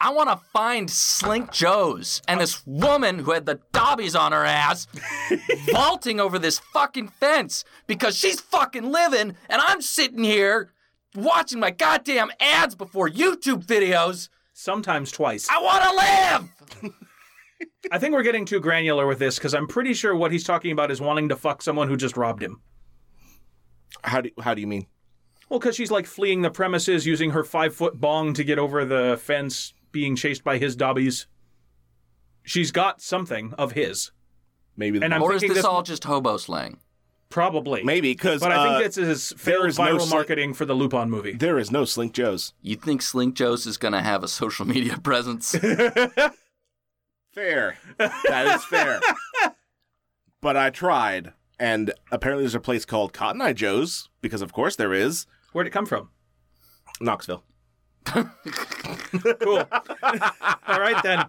Speaker 3: I want to find Slink Joe's and this woman who had the Dobbies on her ass vaulting over this fucking fence because she's fucking living and I'm sitting here watching my goddamn ads before YouTube videos.
Speaker 2: Sometimes twice.
Speaker 3: I want to live!
Speaker 2: I think we're getting too granular with this because I'm pretty sure what he's talking about is wanting to fuck someone who just robbed him.
Speaker 4: How do how do you mean?
Speaker 2: Well, because she's like fleeing the premises using her five foot bong to get over the fence, being chased by his dobbies. She's got something of his,
Speaker 4: Maybe. The
Speaker 2: And I'm-
Speaker 3: Or is
Speaker 2: thinking
Speaker 3: this,
Speaker 2: this-
Speaker 3: all just hobo slang?
Speaker 2: probably.
Speaker 4: maybe because
Speaker 2: But I think
Speaker 4: uh,
Speaker 2: this is failed
Speaker 4: there is no
Speaker 2: viral
Speaker 4: sli-
Speaker 2: marketing for the Lupin movie.
Speaker 4: there is no Slink Joe's.
Speaker 3: You think Slink Joe's is going to have a social (laughs) media presence?
Speaker 4: (laughs) Fair. that is fair. but I tried, And apparently, there's a place called Cotton Eye Joe's because, of course, there is
Speaker 2: Where'd it come from?
Speaker 4: Knoxville.
Speaker 2: Cool. All right
Speaker 4: (laughs)
Speaker 2: then.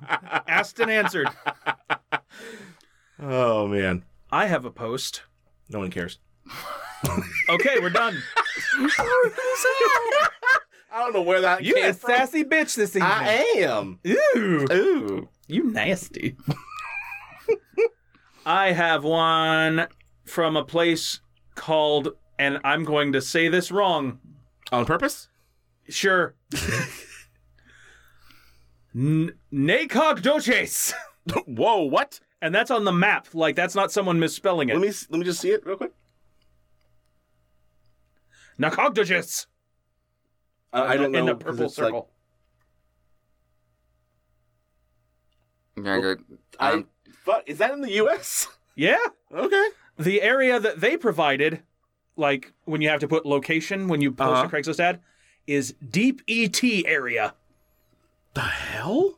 Speaker 2: Asked and answered.
Speaker 4: Oh man,
Speaker 2: I have a post.
Speaker 4: no one cares.
Speaker 2: Okay, we're
Speaker 4: (laughs)
Speaker 2: done.
Speaker 4: I don't know where that
Speaker 2: You
Speaker 4: came
Speaker 2: a
Speaker 4: from.
Speaker 2: sassy bitch this evening.
Speaker 4: I am.
Speaker 2: Ooh.
Speaker 4: Ooh.
Speaker 2: You nasty. (laughs) I have one from a place called, and I'm going to say this wrong.
Speaker 4: On purpose? (laughs)
Speaker 2: Sure. (laughs) N- Nacog Doches.
Speaker 4: Whoa! What?
Speaker 2: (laughs) And that's on the map. Like, that's not someone misspelling
Speaker 4: Let
Speaker 2: it.
Speaker 4: me s- let me just see it real quick.
Speaker 2: Nacog Doches.
Speaker 4: I, I don't know.
Speaker 2: In the
Speaker 4: 'cause
Speaker 2: purple
Speaker 4: it's like-
Speaker 2: circle.
Speaker 3: I,
Speaker 4: I'm- fuck, is that in the U.S.?
Speaker 2: Yeah.
Speaker 4: (laughs) Okay.
Speaker 2: the area that they provided, like when you have to put location when you post
Speaker 4: Uh-huh.
Speaker 2: a Craigslist ad, is deep ET area.
Speaker 4: The hell?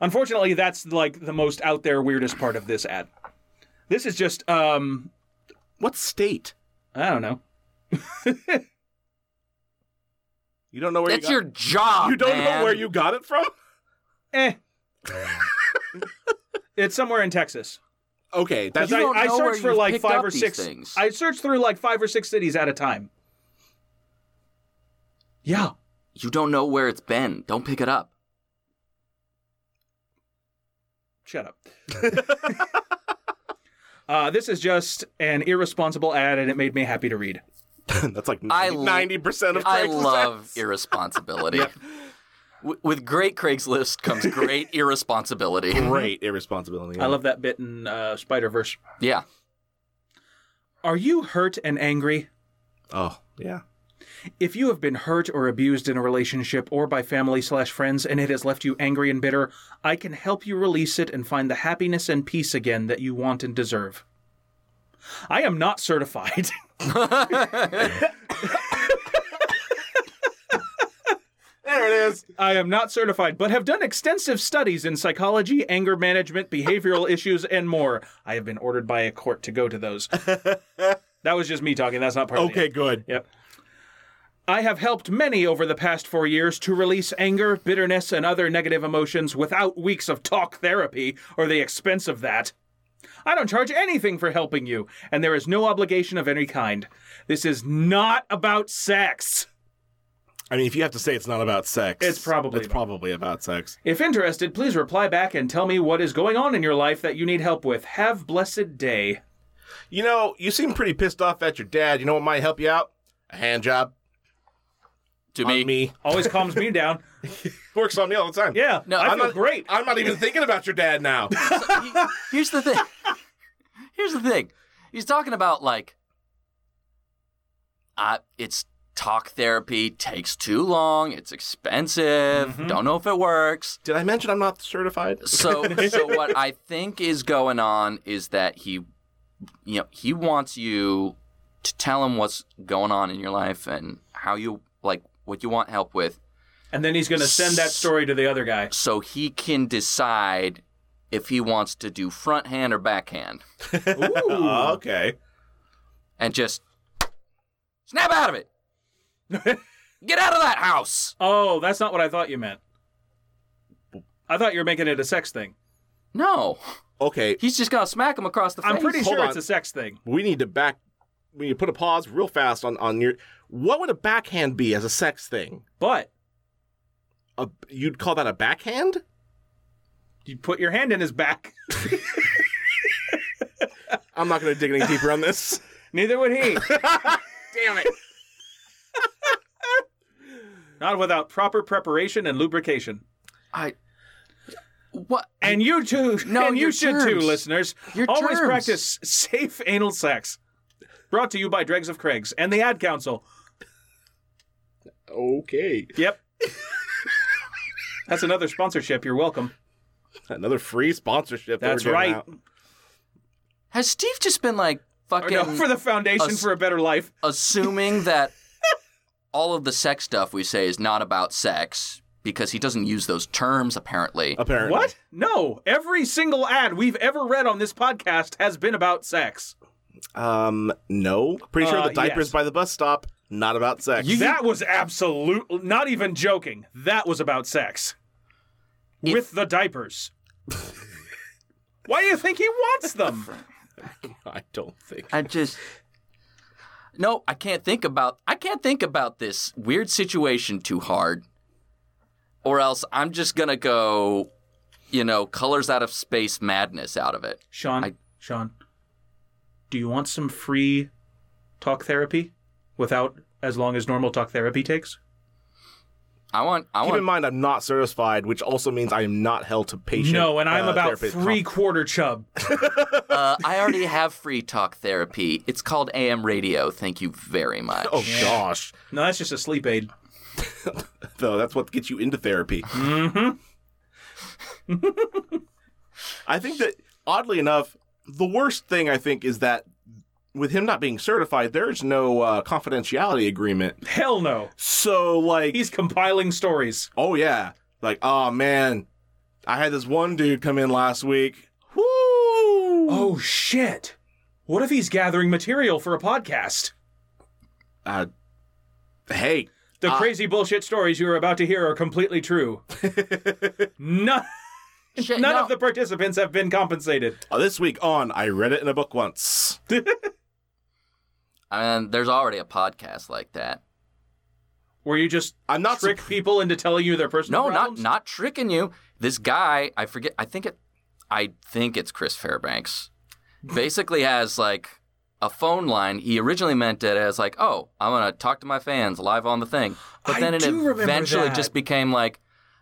Speaker 2: Unfortunately, that's like the most out there weirdest part of this ad. This is just um
Speaker 4: What state?
Speaker 2: I don't know.
Speaker 4: You don't know where
Speaker 3: that's
Speaker 4: you
Speaker 3: your
Speaker 4: got.
Speaker 3: job.
Speaker 4: you don't
Speaker 3: man.
Speaker 4: know where you got it from?
Speaker 3: (laughs)
Speaker 2: Eh. it's somewhere in Texas.
Speaker 4: Okay,
Speaker 2: Because
Speaker 4: that's
Speaker 3: You
Speaker 2: I,
Speaker 3: don't
Speaker 2: I
Speaker 3: know where
Speaker 2: searched for
Speaker 3: you've
Speaker 2: like
Speaker 3: picked
Speaker 2: five
Speaker 3: up
Speaker 2: or
Speaker 3: these
Speaker 2: six
Speaker 3: things.
Speaker 2: I searched through like five or six cities at a time. Yeah.
Speaker 3: You don't know where it's been. Don't pick it up.
Speaker 2: Shut up. (laughs) uh, this is just an irresponsible ad, and it made me happy to read.
Speaker 4: (laughs) that's like
Speaker 3: I lo-
Speaker 4: ninety percent of.
Speaker 3: I
Speaker 4: Craigslist
Speaker 3: love
Speaker 4: ads. (laughs)
Speaker 3: irresponsibility. W- With great Craigslist comes
Speaker 4: (laughs)
Speaker 3: great irresponsibility.
Speaker 4: Great irresponsibility.
Speaker 2: I love that bit in uh, Spider Verse.
Speaker 3: Yeah.
Speaker 2: Are you hurt and angry?
Speaker 4: Oh yeah.
Speaker 2: If you have been hurt or abused in a relationship or by family slash friends, and it has left you angry and bitter, I can help you release it and find the happiness and peace again that you want and deserve. I am not certified. (laughs)
Speaker 4: There it is.
Speaker 2: I am not certified, but have done extensive studies in psychology, anger management, behavioral issues, and more. I have been ordered by a court to go to those. that was just me talking. That's not part of the-
Speaker 4: Okay, good.
Speaker 2: Yep. I have helped many over the past four years to release anger, bitterness, and other negative emotions without weeks of talk therapy or the expense of that. I don't charge anything for helping you, and there is no obligation of any kind. This is not about sex.
Speaker 4: I mean, if you have to say it's not about sex,
Speaker 2: It's probably
Speaker 4: it's
Speaker 2: about-
Speaker 4: probably about sex.
Speaker 2: If interested, please reply back and tell me what is going on in your life that you need help with. Have blessed day.
Speaker 4: You know, you seem pretty pissed off at your dad. You know what might help you out? A hand job
Speaker 3: To
Speaker 4: on me.
Speaker 2: Always calms me down.
Speaker 4: Works on me all the time.
Speaker 2: (laughs) Yeah,
Speaker 3: No,
Speaker 2: I
Speaker 3: I'm
Speaker 2: feel
Speaker 4: not-
Speaker 2: great.
Speaker 4: I'm not even thinking about your dad now.
Speaker 3: Here's the thing. Here's the thing. He's talking about like, uh, it's talk therapy takes too long. It's expensive. Don't know if it works.
Speaker 4: (laughs) Did I mention I'm not certified?
Speaker 3: So, so what I think is going on is that he, you know, he wants you to tell him what's going on in your life and how you like what you want help with,
Speaker 2: and then he's going to send that story to the other (laughs) guy.
Speaker 3: so he can decide if he wants to do front hand or backhand.
Speaker 4: Oh, okay.
Speaker 3: and just snap out of it.
Speaker 2: (laughs)
Speaker 3: Get out of that house.
Speaker 2: Oh, that's not what I thought you meant. I thought you were making it a sex thing.
Speaker 3: No,
Speaker 4: Okay.
Speaker 3: he's just gonna smack him across the face.
Speaker 2: I'm pretty
Speaker 4: Hold
Speaker 2: sure
Speaker 4: on.
Speaker 2: it's a sex thing.
Speaker 4: We need to back. We need to put a pause real fast on on your. What would a backhand be as a sex thing?
Speaker 2: But
Speaker 4: A, you'd call that a backhand?
Speaker 2: you put your hand in his back.
Speaker 4: I'm not going to dig any deeper on (laughs) this.
Speaker 2: (laughs) Neither would (laughs) he.
Speaker 3: Damn it.
Speaker 2: not without proper preparation and lubrication.
Speaker 3: I. What?
Speaker 2: And you too.
Speaker 3: No,
Speaker 2: and you
Speaker 3: your
Speaker 2: should too,
Speaker 3: germs.
Speaker 2: listeners.
Speaker 3: Your
Speaker 2: Always
Speaker 3: germs.
Speaker 2: practice safe anal sex. Brought to you by Dregs of Craigs and the Ad Council.
Speaker 4: Okay.
Speaker 2: Yep. That's another sponsorship. You're welcome.
Speaker 4: (laughs) Another free sponsorship. that
Speaker 2: That's
Speaker 4: we're giving
Speaker 2: right.
Speaker 4: out.
Speaker 3: Has Steve just been like
Speaker 2: Or
Speaker 3: fucking
Speaker 2: Oh, no, for the Foundation
Speaker 3: us-
Speaker 2: for a Better Life. (laughs)
Speaker 3: assuming that all of the sex stuff we say is not about sex because he doesn't use those terms apparently?
Speaker 4: Apparently.
Speaker 2: What? No. Every single ad we've ever read on this podcast has been about sex.
Speaker 4: Um, no. Pretty sure
Speaker 2: Uh,
Speaker 4: the diapers
Speaker 2: yes.
Speaker 4: by the bus stop, not about sex.
Speaker 3: You-
Speaker 2: That was absolute. Not even joking. That was about sex.
Speaker 3: If-
Speaker 2: With the diapers. Why do you think he wants
Speaker 3: (laughs)
Speaker 2: them?
Speaker 4: I don't think.
Speaker 3: I just No, I can't think about I can't think about this weird situation too hard. Or else I'm just going to go you know, colors out of space madness out of it.
Speaker 2: Sean,
Speaker 3: I-
Speaker 2: Sean, do you want some free talk therapy without as long as normal talk therapy takes?
Speaker 3: I want I
Speaker 4: Keep in
Speaker 3: want
Speaker 4: mind, I'm not certified, which also means I am not held to patient.
Speaker 2: No, and I'm
Speaker 4: uh,
Speaker 2: about
Speaker 4: therapist
Speaker 2: three quarter chub.
Speaker 3: uh, I already have free talk therapy. It's called AM radio. Thank you very much.
Speaker 4: Oh gosh,
Speaker 2: (laughs) No, that's just a sleep aid.
Speaker 4: though that's what gets you into therapy.
Speaker 2: Mm-hmm.
Speaker 4: I think that oddly enough, the worst thing I think is that with him not being certified, there's no uh, confidentiality agreement.
Speaker 2: Hell no.
Speaker 4: So like,
Speaker 2: He's compiling stories.
Speaker 4: oh yeah, like oh man, I had this one dude come in last week. Woo! Oh,
Speaker 2: Oh shit. What if he's gathering material for a podcast?
Speaker 4: uh, hey,
Speaker 2: The
Speaker 4: Ah.
Speaker 3: Uh,
Speaker 2: crazy bullshit stories you are about to hear are completely
Speaker 3: (laughs)
Speaker 2: true. none
Speaker 3: Shit,
Speaker 2: none
Speaker 3: no.
Speaker 2: of the participants have been compensated.
Speaker 4: uh, this week on, I read it in a book once.
Speaker 3: I mean, there's already a podcast like that.
Speaker 2: Where you just
Speaker 4: I'm not
Speaker 2: trick people into telling you their personal
Speaker 3: No, not
Speaker 2: problems?
Speaker 3: not tricking you. This guy, I forget. I think it. I think it's Chris Fairbanks. Basically, has like a phone line. He originally meant it as like, "Oh, I'm gonna talk to my fans live on the thing," but
Speaker 2: I
Speaker 3: then it
Speaker 2: do remember
Speaker 3: eventually
Speaker 2: that.
Speaker 3: just became like,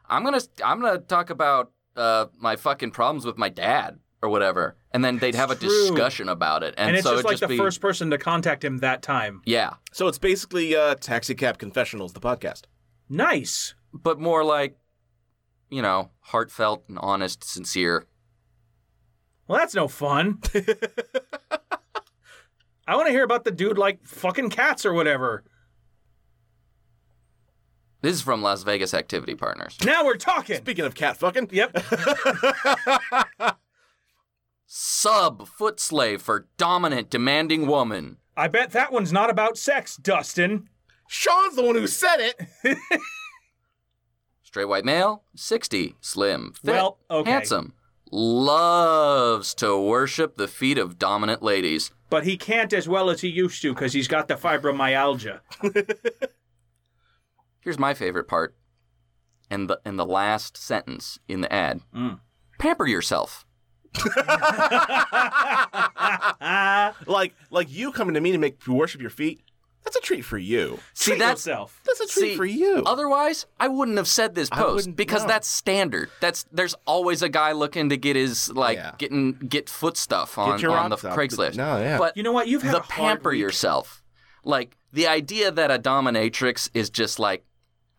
Speaker 3: "I'm gonna I'm gonna talk about uh, my fucking problems with my dad or whatever," and then they'd have a
Speaker 2: true.
Speaker 3: discussion about it, and,
Speaker 2: and it's
Speaker 3: so
Speaker 2: just
Speaker 3: it
Speaker 2: like the
Speaker 3: just be
Speaker 2: first person to contact him that time.
Speaker 3: yeah,
Speaker 4: So it's basically uh, Taxi Cab Confessionals, the podcast.
Speaker 2: Nice.
Speaker 3: but more like, you know, heartfelt and honest, sincere.
Speaker 2: Well, that's no
Speaker 3: (laughs)
Speaker 2: fun. I want to hear about the dude like fucking cats or whatever.
Speaker 3: This is from Las Vegas Activity Partners.
Speaker 2: Now we're talking.
Speaker 4: Speaking of cat fucking,
Speaker 2: yep.
Speaker 3: sub foot slave for dominant demanding woman.
Speaker 2: I bet that one's not about sex, Dustin.
Speaker 4: Sean's the one who said it.
Speaker 3: Straight white male, 60, slim, fit,
Speaker 2: Well, okay.
Speaker 3: handsome. Loves to worship the feet of dominant ladies.
Speaker 2: But he can't as well as he used to because he's got the fibromyalgia. (laughs)
Speaker 3: Here's my favorite part. And the and the last sentence in the ad.
Speaker 2: Mm.
Speaker 3: Pamper yourself.
Speaker 4: like like you coming to me to make to worship your feet that's a treat for you
Speaker 3: See
Speaker 2: Treat
Speaker 3: that's
Speaker 2: yourself.
Speaker 4: that's a treat
Speaker 3: See,
Speaker 4: for you
Speaker 3: Otherwise, I wouldn't have said this
Speaker 4: I
Speaker 3: post
Speaker 4: wouldn't-
Speaker 3: because
Speaker 4: no.
Speaker 3: that's standard. That's there's always a guy looking to get his like
Speaker 4: Yeah.
Speaker 3: getting get foot stuff on,
Speaker 4: your
Speaker 3: on the
Speaker 4: rocks up.
Speaker 3: Craigslist.
Speaker 4: No, yeah.
Speaker 3: But
Speaker 2: You know what? You've had
Speaker 3: the
Speaker 2: a hard
Speaker 3: pamper
Speaker 2: week.
Speaker 3: yourself. Like the idea that a dominatrix is just like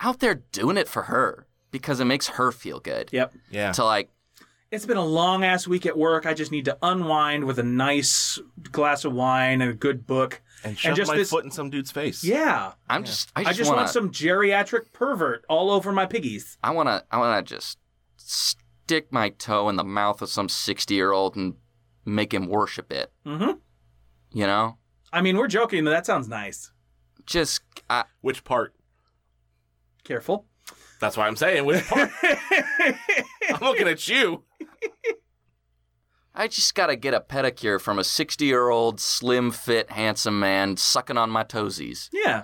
Speaker 3: out there doing it for her because it makes her feel good.
Speaker 2: Yep.
Speaker 4: yeah
Speaker 3: To like
Speaker 2: It's been a long ass week at work. I just need to unwind with a nice glass of wine and a good book.
Speaker 4: and shove
Speaker 2: just
Speaker 4: my
Speaker 2: this-
Speaker 4: foot in some dude's face
Speaker 2: Yeah.
Speaker 3: I'm just I
Speaker 2: I
Speaker 3: just,
Speaker 2: just
Speaker 3: wanna,
Speaker 2: want some geriatric pervert all over my piggies.
Speaker 3: I wanna I wanna just stick my toe in the mouth of some sixty year old and make him worship it.
Speaker 2: Mhm.
Speaker 3: You know?
Speaker 2: I mean, we're joking, but that sounds nice.
Speaker 3: Just I,
Speaker 4: which part
Speaker 2: Careful. (laughs)
Speaker 4: that's why i'm saying which part i'm looking at you
Speaker 3: I just gotta get a pedicure from a sixty year old slim fit handsome man sucking on my toesies.
Speaker 2: yeah.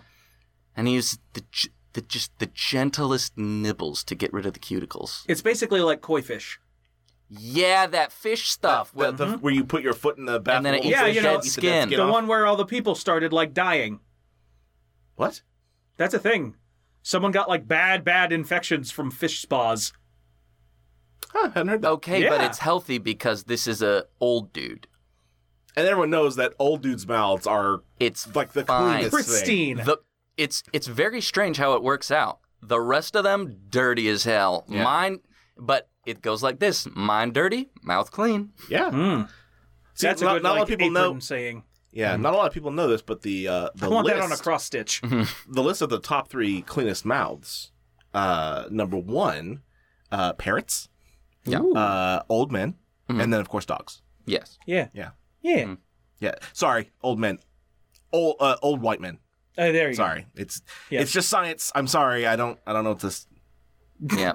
Speaker 3: and he used the, g- the just the gentlest nibbles to get rid of the cuticles.
Speaker 2: It's basically like koi fish.
Speaker 3: Yeah, that fish stuff.
Speaker 4: The-
Speaker 3: with-
Speaker 4: the- where you put your foot in the back
Speaker 3: And then it
Speaker 4: of the
Speaker 3: eats
Speaker 2: Yeah,
Speaker 4: fish
Speaker 2: you know,
Speaker 4: and eats the dead
Speaker 3: skin. Get
Speaker 2: the
Speaker 4: off.
Speaker 2: one where all the people started like dying.
Speaker 4: what
Speaker 2: That's a thing. Someone got like bad, bad infections from fish spas.
Speaker 4: Huh, I hadn't heard that.
Speaker 3: okay, but
Speaker 2: Yeah.
Speaker 3: it's healthy because this is a old dude.
Speaker 4: and everyone knows that old dudes mouths are
Speaker 3: It's
Speaker 4: like the
Speaker 3: fine.
Speaker 4: cleanest thing (laughs)
Speaker 2: Pristine.
Speaker 3: The, it's it's very strange how it works out. The rest of them dirty as hell.
Speaker 4: Yeah.
Speaker 3: Mine, but it goes like this: mine dirty, mouth clean.
Speaker 4: yeah
Speaker 2: Mm.
Speaker 4: See,
Speaker 2: That's a
Speaker 4: not,
Speaker 2: good
Speaker 4: not a lot
Speaker 2: like,
Speaker 4: of people
Speaker 2: apron
Speaker 4: know
Speaker 2: saying.
Speaker 4: yeah not a lot of people know this but the uh the
Speaker 2: I want
Speaker 4: list Mm-hmm.
Speaker 2: that on a cross stitch.
Speaker 4: the list of the top three cleanest mouths uh number one uh parrots
Speaker 3: Yeah.
Speaker 2: Ooh.
Speaker 4: uh, old men,
Speaker 3: Mhm.
Speaker 4: and then of course dogs.
Speaker 3: Yes.
Speaker 2: yeah.
Speaker 4: yeah. Mm-hmm.
Speaker 2: Yeah.
Speaker 4: Yeah. Sorry, old men. Old uh, old white men.
Speaker 2: Uh, there you
Speaker 4: Sorry. It's
Speaker 2: Yes.
Speaker 4: it's just science. I'm sorry. I don't I don't know what this (laughs)
Speaker 3: Yeah.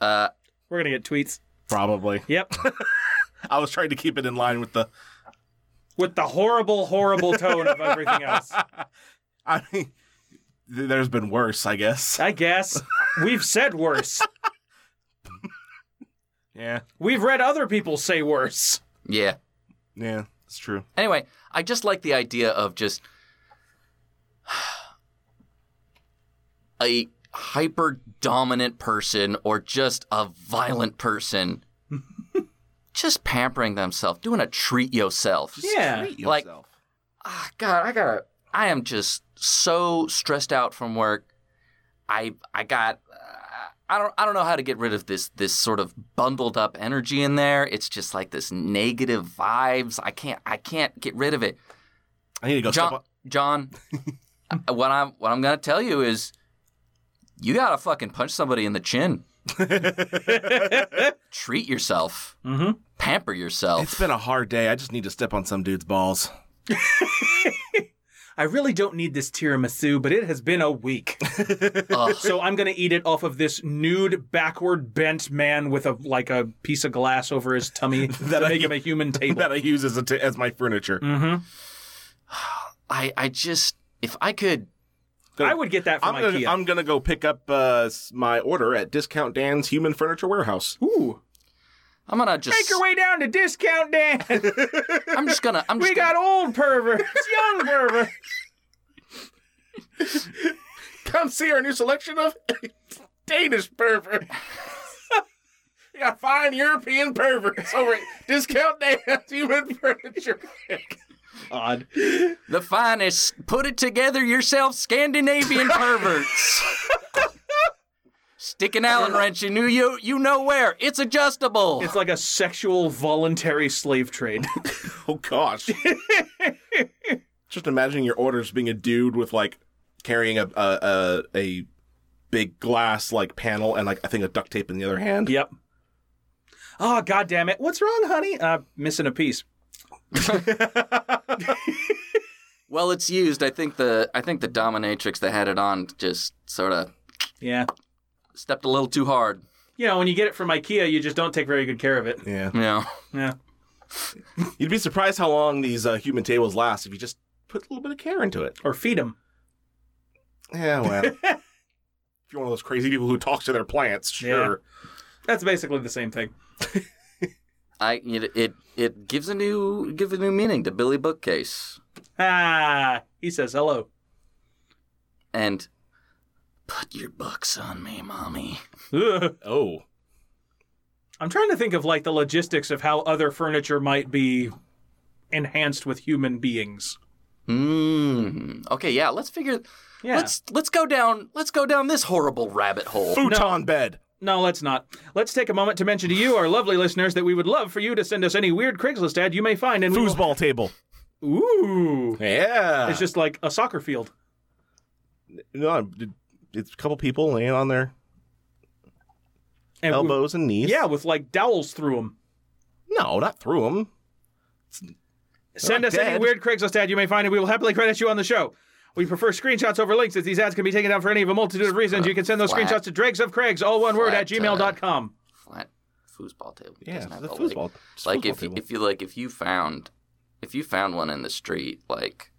Speaker 3: Uh,
Speaker 2: go. We're gonna get tweets.
Speaker 4: probably.
Speaker 2: Yep.
Speaker 4: I was trying to keep it in line with the
Speaker 2: With the horrible, horrible tone of everything else.
Speaker 4: I mean th- there's been worse, I guess.
Speaker 2: I guess we've said worse.
Speaker 4: Yeah.
Speaker 2: We've read other people say worse.
Speaker 3: yeah.
Speaker 4: Yeah, it's true.
Speaker 3: Anyway, I just like the idea of just a hyper dominant person or just a violent (laughs) person just pampering themselves, doing a treat yourself.
Speaker 2: Yeah.
Speaker 4: Treat
Speaker 3: Like-
Speaker 4: yourself.
Speaker 3: Ah, God, I gotta. I am just so stressed out from work. I I got. uh, I don't I don't know how to get rid of this this sort of bundled up energy in there. It's just like this negative vibes. I can't I can't get rid of it.
Speaker 4: I need to go
Speaker 3: John,
Speaker 4: step
Speaker 3: John,
Speaker 2: (laughs)
Speaker 3: I- what I'm what I'm gonna tell you is, you gotta fucking punch somebody in the
Speaker 2: (laughs)
Speaker 3: chin. Treat yourself.
Speaker 2: Mm-hmm.
Speaker 3: Pamper yourself.
Speaker 4: on- It's been a hard day. I just need to step on some dude's balls. (laughs)
Speaker 2: I really don't need this tiramisu, but it has been a (laughs) week.
Speaker 3: Ugh.
Speaker 2: so I'm gonna eat it off of this nude, backward bent man with a like a piece of glass over his
Speaker 4: (laughs)
Speaker 2: tummy that
Speaker 4: That
Speaker 2: to
Speaker 4: I-
Speaker 2: make him a
Speaker 4: (laughs)
Speaker 2: human table.
Speaker 4: that Mm-hmm. I use as a t- as my furniture.
Speaker 2: hmm
Speaker 3: I I just if I could.
Speaker 4: Good.
Speaker 2: I would get that
Speaker 4: I'm
Speaker 2: from
Speaker 4: gonna,
Speaker 2: IKEA.
Speaker 4: I'm gonna go pick up uh, s- my order at Discount Dan's Human Furniture Warehouse.
Speaker 2: Ooh,
Speaker 3: I'm gonna just.
Speaker 2: make your way down to Discount
Speaker 4: (laughs)
Speaker 2: Dan.
Speaker 3: I'm just gonna. I'm just
Speaker 2: we
Speaker 3: gonna,
Speaker 2: got old perverts, young perverts.
Speaker 4: (laughs) Come see our new selection of (laughs) Danish (laughs) perverts. you got fine European perverts over at Discount Dan's Human Furniture.
Speaker 2: Odd.
Speaker 3: The finest, put it together yourself,
Speaker 2: (laughs)
Speaker 3: Scandinavian perverts. Stick an Allen wrench in you, you, you know where. It's adjustable.
Speaker 2: It's like a sexual voluntary slave
Speaker 4: (laughs)
Speaker 2: trade.
Speaker 4: oh (laughs) gosh. just imagining your orders being a dude with like carrying a a, a, a big glass like panel and like I think a duct tape in the other hand.
Speaker 2: yep. Oh god damn it! What's wrong, honey? Uh, missing a piece.
Speaker 3: well, it's used. I think the I think the dominatrix that had it on just sort of
Speaker 2: Yeah.
Speaker 3: stepped a little too hard.
Speaker 2: You know, when you get it from IKEA, you just don't take very good care of it.
Speaker 4: (laughs) Yeah.
Speaker 3: You know,
Speaker 2: Yeah.
Speaker 4: You'd be surprised how long these uh, human tables last if you just put a little bit of care into it.
Speaker 2: Or feed them.
Speaker 4: Yeah, (laughs) well. if you're one of those crazy people who talks to their plants, sure.
Speaker 2: That's basically the same thing.
Speaker 3: I it it, it gives a new give a new meaning to Billy Bookcase
Speaker 2: Ah, he says hello.
Speaker 3: and put your books on me, mommy.
Speaker 2: Ugh.
Speaker 4: Oh.
Speaker 2: I'm trying to think of like the logistics of how other furniture might be enhanced with human beings.
Speaker 3: Mm. Okay, yeah. Let's figure.
Speaker 2: Yeah.
Speaker 3: Let's let's go down. Let's go down this horrible rabbit hole.
Speaker 4: Futon bed.
Speaker 2: No, let's not. Let's take a moment to mention to you, our lovely listeners, that we would love for you to send us any weird Craigslist ad you may find. And we will-
Speaker 4: Foosball table.
Speaker 2: Ooh.
Speaker 4: Yeah.
Speaker 2: It's just like a soccer field.
Speaker 4: no, it's a couple people laying on their
Speaker 2: And we-
Speaker 4: elbows and knees.
Speaker 2: yeah, with like dowels through them.
Speaker 4: No, not through them.
Speaker 2: Send
Speaker 4: not
Speaker 2: us any
Speaker 4: dead.
Speaker 2: weird Craigslist ad you may find, and we will happily credit you on the show. We prefer screenshots over links, as these ads can be taken down for any of a multitude of reasons. You can send those
Speaker 3: Flat.
Speaker 2: screenshots to dregs of Craigs, all one word, at
Speaker 3: Flat, uh,
Speaker 2: gmail.com.
Speaker 3: flat foosball table. It
Speaker 4: Yeah,
Speaker 3: doesn't have
Speaker 4: the
Speaker 3: a
Speaker 4: foosball.
Speaker 3: Like,
Speaker 4: just
Speaker 3: like
Speaker 4: foosball
Speaker 3: if you,
Speaker 4: table.
Speaker 3: if you like if you found if you found one in the street, like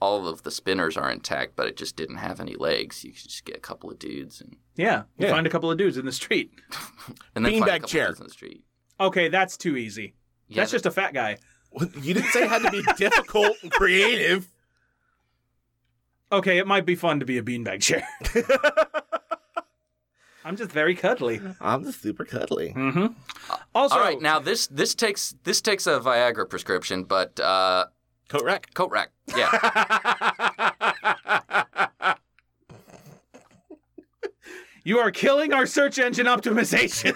Speaker 3: all of the spinners are intact, but it just didn't have any legs. You could just get a couple of dudes and,
Speaker 2: Yeah, you
Speaker 4: Yeah.
Speaker 2: find a couple of dudes in the street.
Speaker 3: and then find a
Speaker 4: Beanbag
Speaker 3: couple of
Speaker 4: chair.
Speaker 3: dudes in the street.
Speaker 2: Okay, that's too easy.
Speaker 3: Yeah,
Speaker 2: that's
Speaker 3: that-
Speaker 2: just a fat guy.
Speaker 4: (laughs) What? you didn't say it had to (laughs) be difficult and creative.
Speaker 2: Okay, it might be fun to be a beanbag chair. (laughs) I'm just very cuddly.
Speaker 4: I'm just super cuddly.
Speaker 2: Mm-hmm. Also,
Speaker 3: All right, now this this takes this takes a Viagra prescription, but uh,
Speaker 4: Coat rack.
Speaker 3: coat rack. Yeah,
Speaker 2: you are killing our search engine optimization.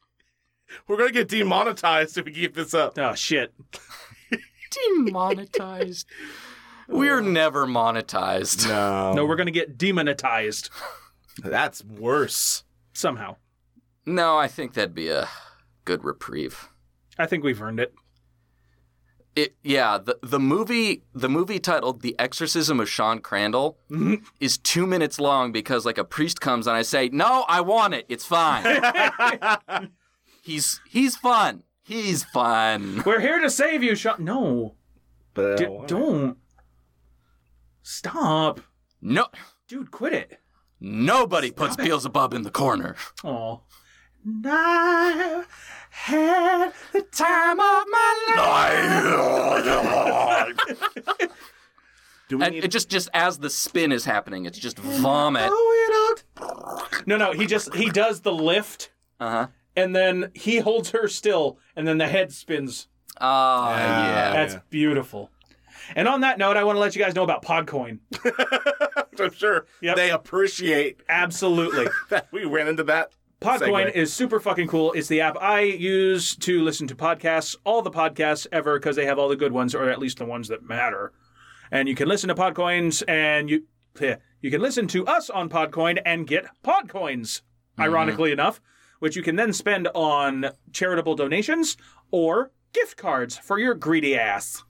Speaker 4: (laughs)
Speaker 2: (laughs)
Speaker 4: We're gonna get demonetized if we keep this up.
Speaker 2: oh shit.
Speaker 3: demonetized. We're never monetized.
Speaker 4: No,
Speaker 2: No, we're gonna get demonetized
Speaker 4: that's worse.
Speaker 2: somehow.
Speaker 3: No, I think that'd be a good reprieve.
Speaker 2: I think we've earned it.
Speaker 3: it, yeah, the the movie the movie titled The Exorcism of Sean Crandall is two minutes long because like a priest comes and I say, No, I want it. It's
Speaker 2: (laughs)
Speaker 3: fine. he's he's fun. He's fun.
Speaker 2: We're here to save you, Sean. No,
Speaker 4: But uh, I
Speaker 2: d-
Speaker 4: don't want it.
Speaker 2: don't. Stop,
Speaker 3: No
Speaker 2: dude. Quit it.
Speaker 3: nobody puts Beelzebub in the corner.
Speaker 2: Aw. And I had the
Speaker 3: Time of my life.
Speaker 4: (laughs) Do we
Speaker 3: and
Speaker 4: need
Speaker 3: it just just as the spin is happening, it's just
Speaker 2: (laughs)
Speaker 3: vomit.
Speaker 2: Oh, it out. No, no, he just he does the lift,
Speaker 3: Uh-huh.
Speaker 2: and then he holds her still, and then the head spins.
Speaker 3: Oh yeah.
Speaker 2: That's beautiful. And on that note, I want to let you guys know about Podcoin.
Speaker 4: I'm sure
Speaker 2: Yep.
Speaker 4: they appreciate
Speaker 2: Absolutely.
Speaker 4: that we ran into that.
Speaker 2: Podcoin
Speaker 4: Segment.
Speaker 2: is super fucking cool. It's the app I use to listen to podcasts, all the podcasts ever, because they have all the good ones, or at least the ones that matter. And you can listen to Podcoins, and you yeah, you can listen to us on Podcoin and get Podcoins, ironically enough, which you can then spend on charitable donations or gift cards for your greedy ass.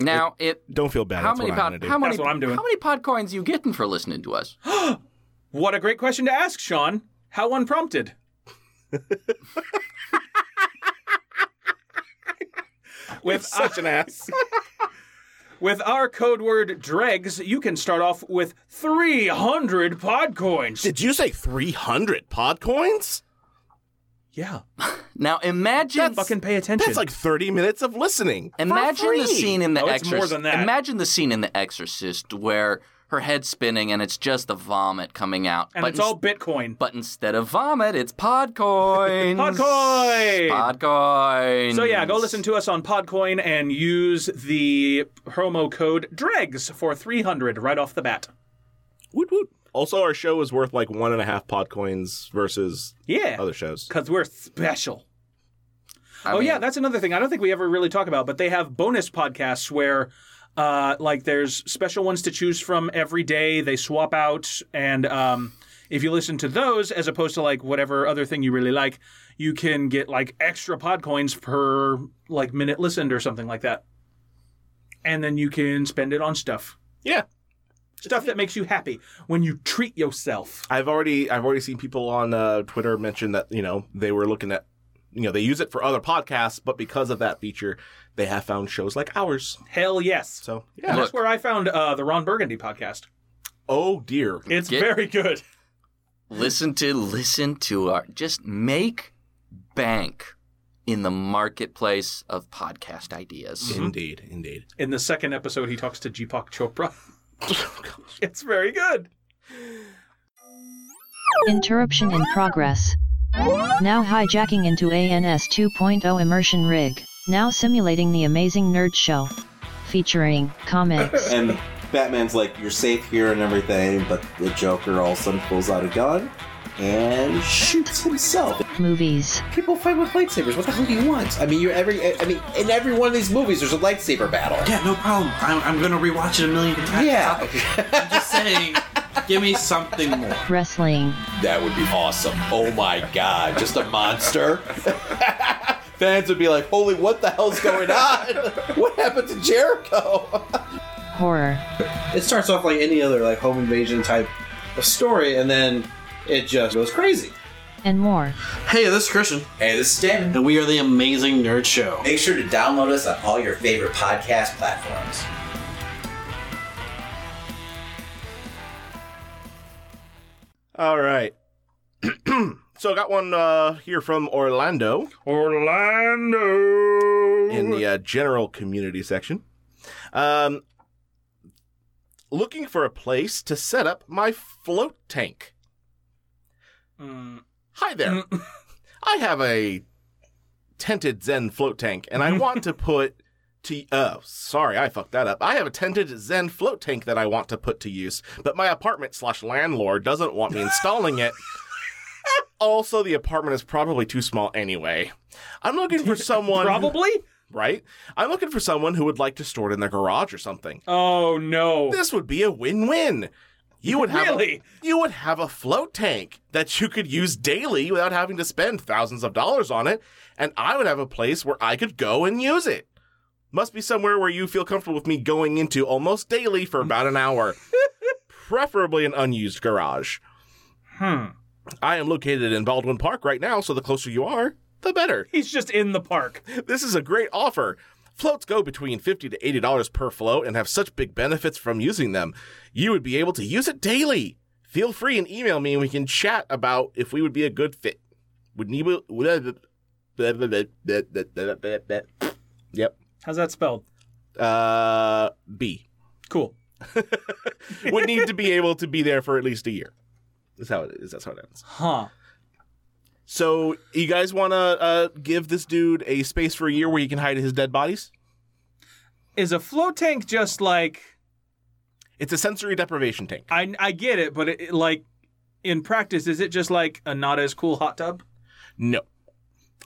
Speaker 3: Now it
Speaker 4: Don't feel bad.
Speaker 3: how many pod how
Speaker 4: (laughs)
Speaker 3: many
Speaker 2: That's what I'm doing.
Speaker 3: how many pod coins you getting for listening to us?
Speaker 2: What a great question to ask, Sean. How unprompted.
Speaker 4: With such an ass.
Speaker 2: With our code word dregs, you can start off with 300 podcoins.
Speaker 4: Did you say 300 pod coins?
Speaker 2: Yeah.
Speaker 3: Now imagine
Speaker 2: Fucking pay attention.
Speaker 4: That's like 30 minutes of listening. for
Speaker 3: imagine
Speaker 4: free.
Speaker 3: the scene in the
Speaker 2: Oh, it's
Speaker 3: Exorcist.
Speaker 2: more than that.
Speaker 3: Imagine the scene in the Exorcist where her head's spinning and it's just the vomit coming out.
Speaker 2: and
Speaker 3: but
Speaker 2: it's
Speaker 3: ins-
Speaker 2: all Bitcoin.
Speaker 3: but instead of vomit, it's pod
Speaker 2: (laughs)
Speaker 3: coins.
Speaker 2: Podcoin!
Speaker 3: Pod coins.
Speaker 2: So yeah, go listen to us on Podcoin and use the promo code dregs for 300 right off the bat.
Speaker 4: Woot woot. Also, our show is worth like one and a half pod coins versus
Speaker 2: Yeah.
Speaker 4: other shows.
Speaker 2: Cuz we're special.
Speaker 3: I
Speaker 2: oh
Speaker 3: mean,
Speaker 2: yeah, that's another thing. I don't think we ever really talk about, but they have bonus podcasts where, uh, like there's special ones to choose from every day. They swap out, and um, if you listen to those as opposed to like whatever other thing you really like, you can get like extra pod coins per like minute listened or something like that, and then you can spend it on stuff,
Speaker 4: Yeah.
Speaker 2: stuff that makes you happy when you treat yourself.
Speaker 4: I've already I've already seen people on uh, Twitter mention that you know they were looking at you know they use it for other podcasts, but because of that feature, they have found shows like ours.
Speaker 2: Hell yes.
Speaker 4: So
Speaker 2: And
Speaker 4: yeah.
Speaker 3: Look.
Speaker 2: that's where I found uh, the Ron Burgundy podcast.
Speaker 4: Oh dear.
Speaker 2: It's
Speaker 3: Get-
Speaker 2: very good.
Speaker 3: listen to listen to our just make bank in the marketplace of podcast ideas.
Speaker 4: Indeed, indeed.
Speaker 2: In the second episode, he talks to Deepak Chopra. (laughs) it's very good.
Speaker 5: Interruption in progress. Now hijacking into ANS 2.0 immersion rig, now simulating the amazing nerd show. Featuring comics,
Speaker 6: (laughs) And Batman's like, you're safe here and everything, but the Joker all of a sudden pulls out a gun and shoots himself.
Speaker 5: movies,
Speaker 6: People fight with lightsabers. What the hell do you want? I mean, you're every. I mean, in every one of these movies, there's a lightsaber battle.
Speaker 7: Yeah, no problem. I'm, I'm gonna rewatch it a million times.
Speaker 6: Yeah.
Speaker 7: I'm just saying, give me something more.
Speaker 5: wrestling,
Speaker 6: That would be awesome. Oh my god, just a monster. (laughs) Fans would be like, holy, what the hell's going on? (laughs) What happened to Jericho? (laughs)
Speaker 5: horror,
Speaker 8: it starts off like any other like home invasion type of story, and then it just goes crazy.
Speaker 5: and more.
Speaker 7: Hey, this is Christian,
Speaker 9: Hey, this is Dan.
Speaker 7: and we are the Amazing Nerd Show.
Speaker 9: Make sure to download us on all your favorite podcast platforms.
Speaker 4: All right. (clears throat) so I got one uh, here from Orlando
Speaker 2: Orlando.
Speaker 4: in the uh, general community section. Um, looking for a place to set up my float tank.
Speaker 2: Mm,
Speaker 4: Hi there. (laughs) I have a tented Zen float tank, and
Speaker 2: Mm-hmm.
Speaker 4: I want to put to. Oh, sorry, I fucked that up. I have a tented Zen float tank that I want to put to use, but my apartment slash landlord doesn't want me installing
Speaker 2: (laughs)
Speaker 4: it. Also, the apartment is probably too small anyway. I'm
Speaker 2: (laughs)
Speaker 4: looking for someone.
Speaker 2: probably.
Speaker 4: Right? I'm looking for someone who would like to store it in their garage or something.
Speaker 2: Oh no.
Speaker 4: This would be a win-win. You would have a-
Speaker 2: Really?
Speaker 4: you would have a float tank that you could use daily without having to spend thousands of dollars on it, and I would have a place where I could go and use it. Must be somewhere where you feel comfortable with me going into almost daily for about an hour, preferably an unused garage. Hmm. I am located in Baldwin Park right now, so the closer you are, the better.
Speaker 2: He's just in the park.
Speaker 4: This is a great offer. Floats go between $50 to $80 per float and have such big benefits from using them. You would be able to use it daily. Feel free and email me and we can chat about if we would be a good fit. Would need Yep.
Speaker 2: How's that spelled?
Speaker 4: Uh B.
Speaker 2: Cool.
Speaker 4: Would need to be able to be there for at least a year. That's how it is. That's how it ends.
Speaker 2: Huh.
Speaker 4: So you guys want to uh, give this dude a space for a year where he can hide his dead bodies?
Speaker 2: Is a float tank just like
Speaker 4: It's a sensory deprivation tank.
Speaker 2: I I get it, but it, it, like in practice, is it just like a not as cool hot tub?
Speaker 4: No.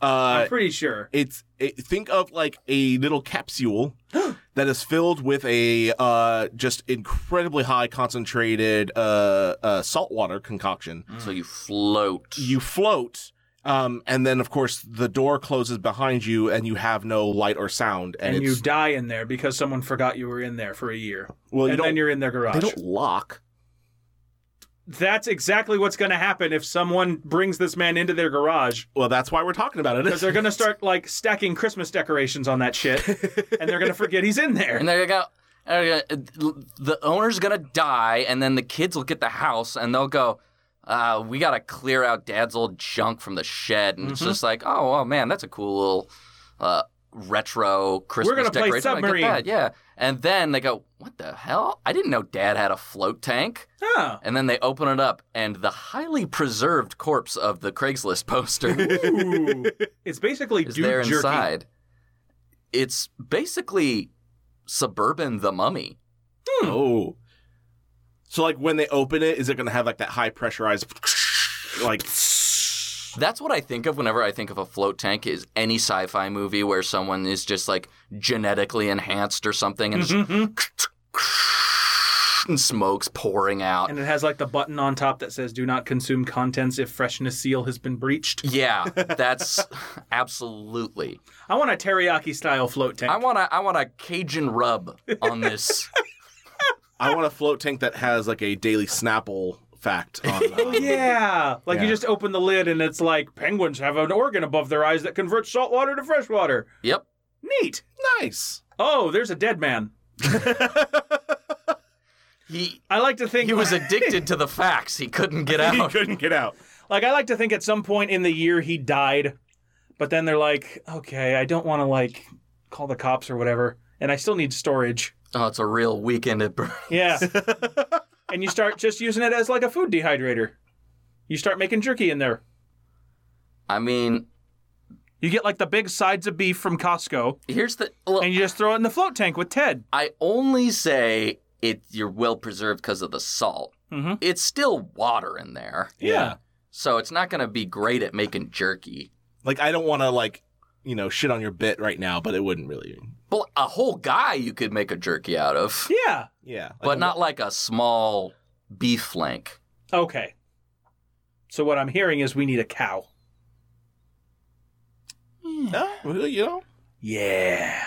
Speaker 4: Uh,
Speaker 2: I'm pretty sure.
Speaker 4: it's it, think of like a little capsule that is filled with a uh, just incredibly high concentrated uh, uh, saltwater concoction.
Speaker 2: Mm.
Speaker 3: So you float.
Speaker 4: You float, um, and then of course the door closes behind you, and you have no light or sound. And,
Speaker 2: And, you
Speaker 4: it's,
Speaker 2: die in there because someone forgot you were in there for a year.
Speaker 4: well, you
Speaker 2: and
Speaker 4: don't,
Speaker 2: then you're in their
Speaker 4: they
Speaker 2: garage.
Speaker 4: don't lock.
Speaker 2: That's exactly what's going to happen if someone brings this man into their garage.
Speaker 4: Well, that's why we're talking about it.
Speaker 2: Because they're going to start like stacking Christmas decorations on that shit, and they're going to forget he's in there.
Speaker 3: (laughs) And they're gonna, they're gonna- the owner's gonna die, and then the kids will get the house, and they'll go, uh, "We gotta clear out Dad's old junk from the shed." And it's
Speaker 2: Mm-hmm.
Speaker 3: just like, "Oh, oh man, that's a cool little uh, retro Christmas
Speaker 2: gonna play
Speaker 3: decoration." I'm like, "Get
Speaker 2: submarine."
Speaker 3: that, yeah. And then they go, "What the hell? I didn't know Dad had a float tank."
Speaker 2: Huh.
Speaker 3: And then they open it up, and the highly preserved corpse of the Craigslist poster
Speaker 2: Ooh. it's basically
Speaker 3: (laughs) is
Speaker 2: dude
Speaker 3: there
Speaker 2: jerky.
Speaker 3: inside. It's basically suburban the mummy.
Speaker 4: (laughs) Oh. So like when they open it, is it going to have like that high pressurized (laughs) like?
Speaker 3: That's what I think of whenever I think of a float tank is any sci-fi movie where someone is just like genetically enhanced or something and, it's
Speaker 2: Mhm. (laughs)
Speaker 3: and smoke's pouring out.
Speaker 2: And it has like the button on top that says "Do not consume contents if freshness seal has been breached." (laughs)
Speaker 3: yeah, that's absolutely.
Speaker 2: I want a teriyaki style float tank.
Speaker 3: I want to I want a Cajun rub
Speaker 2: (laughs)
Speaker 3: on this.
Speaker 4: I want a float tank that has like a daily Snapple fact.
Speaker 2: (laughs)
Speaker 4: On, uh, on it. (laughs)
Speaker 2: Yeah. Like you
Speaker 4: Yeah.
Speaker 2: just open the lid and it's like penguins have an organ above their eyes that converts salt water to fresh water.
Speaker 3: yep.
Speaker 2: Neat.
Speaker 4: Nice.
Speaker 2: Oh, there's a dead man.
Speaker 3: He
Speaker 2: I like to think
Speaker 3: (laughs)
Speaker 2: (laughs)
Speaker 3: he was addicted to the facts. He couldn't get
Speaker 4: He
Speaker 3: out.
Speaker 4: couldn't get out.
Speaker 2: like I like to think at some point in the year he died, but then they're like, okay, I don't want to like call the cops or whatever, and I still need storage.
Speaker 3: Oh, it's a real weekend at Bernie's.
Speaker 2: (laughs) Yeah. and you start just using it as like a food dehydrator. You start making jerky in there.
Speaker 3: I mean,
Speaker 2: You get like the big sides of beef from Costco,
Speaker 3: here's the look,
Speaker 2: and you just throw it in the float tank with Ted.
Speaker 3: I only say it you're well preserved because of the salt.
Speaker 2: Mhm.
Speaker 3: It's still water in there, so it's not going to be great at making jerky.
Speaker 4: Like I don't want to like you know shit on your bit right now, but it wouldn't really.
Speaker 3: But a whole guy you could make a jerky out of,
Speaker 2: Yeah. yeah.
Speaker 4: Yeah. Like
Speaker 3: but
Speaker 4: a-
Speaker 3: not like a small beef flank.
Speaker 2: Okay. So what I'm hearing is we need a cow.
Speaker 4: Yeah, well, you know.
Speaker 2: Yeah.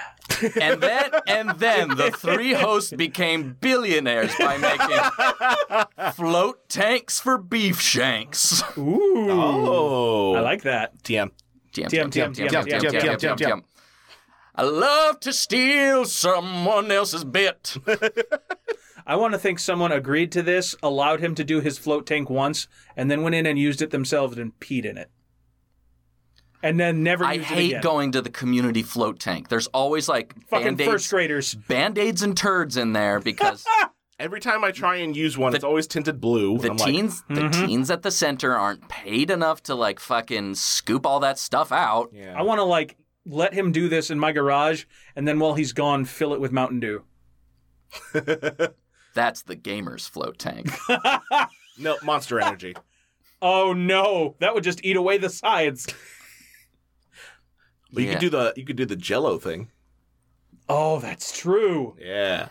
Speaker 3: And then and then the three hosts became billionaires by making float tanks for beef shanks.
Speaker 2: Ooh.
Speaker 4: Oh.
Speaker 2: I like that.
Speaker 4: TM.
Speaker 3: TM,
Speaker 2: TM, TM, TM, TM, TM, TM.
Speaker 3: I love to steal someone else's
Speaker 4: (laughs)
Speaker 3: bit.
Speaker 2: I want to think someone agreed to this, allowed him to do his float tank once, and then went in and used it themselves and peed in it. And then never
Speaker 3: I
Speaker 2: used it
Speaker 3: hate
Speaker 2: again.
Speaker 3: going to the community float tank. There's always like
Speaker 2: Fucking
Speaker 3: band-aids,
Speaker 2: first graders.
Speaker 3: band-aids and turds in there because
Speaker 4: Every time I try and use one, it's always tinted blue.
Speaker 3: the
Speaker 4: (laughs) I'm like, mm-hmm.
Speaker 3: teens, the teens at the center aren't paid enough to like fucking scoop all that stuff out.
Speaker 2: I want to like let him do this in my garage, and then while he's gone, fill it with Mountain Dew.
Speaker 3: That's the gamers float tank.
Speaker 4: no
Speaker 3: (laughs)
Speaker 4: Monster Energy.
Speaker 2: Oh no, that would just eat away the sides.
Speaker 4: But you
Speaker 3: Yeah.
Speaker 4: could do the you could do the Jello thing.
Speaker 2: Oh, that's true.
Speaker 4: Yeah.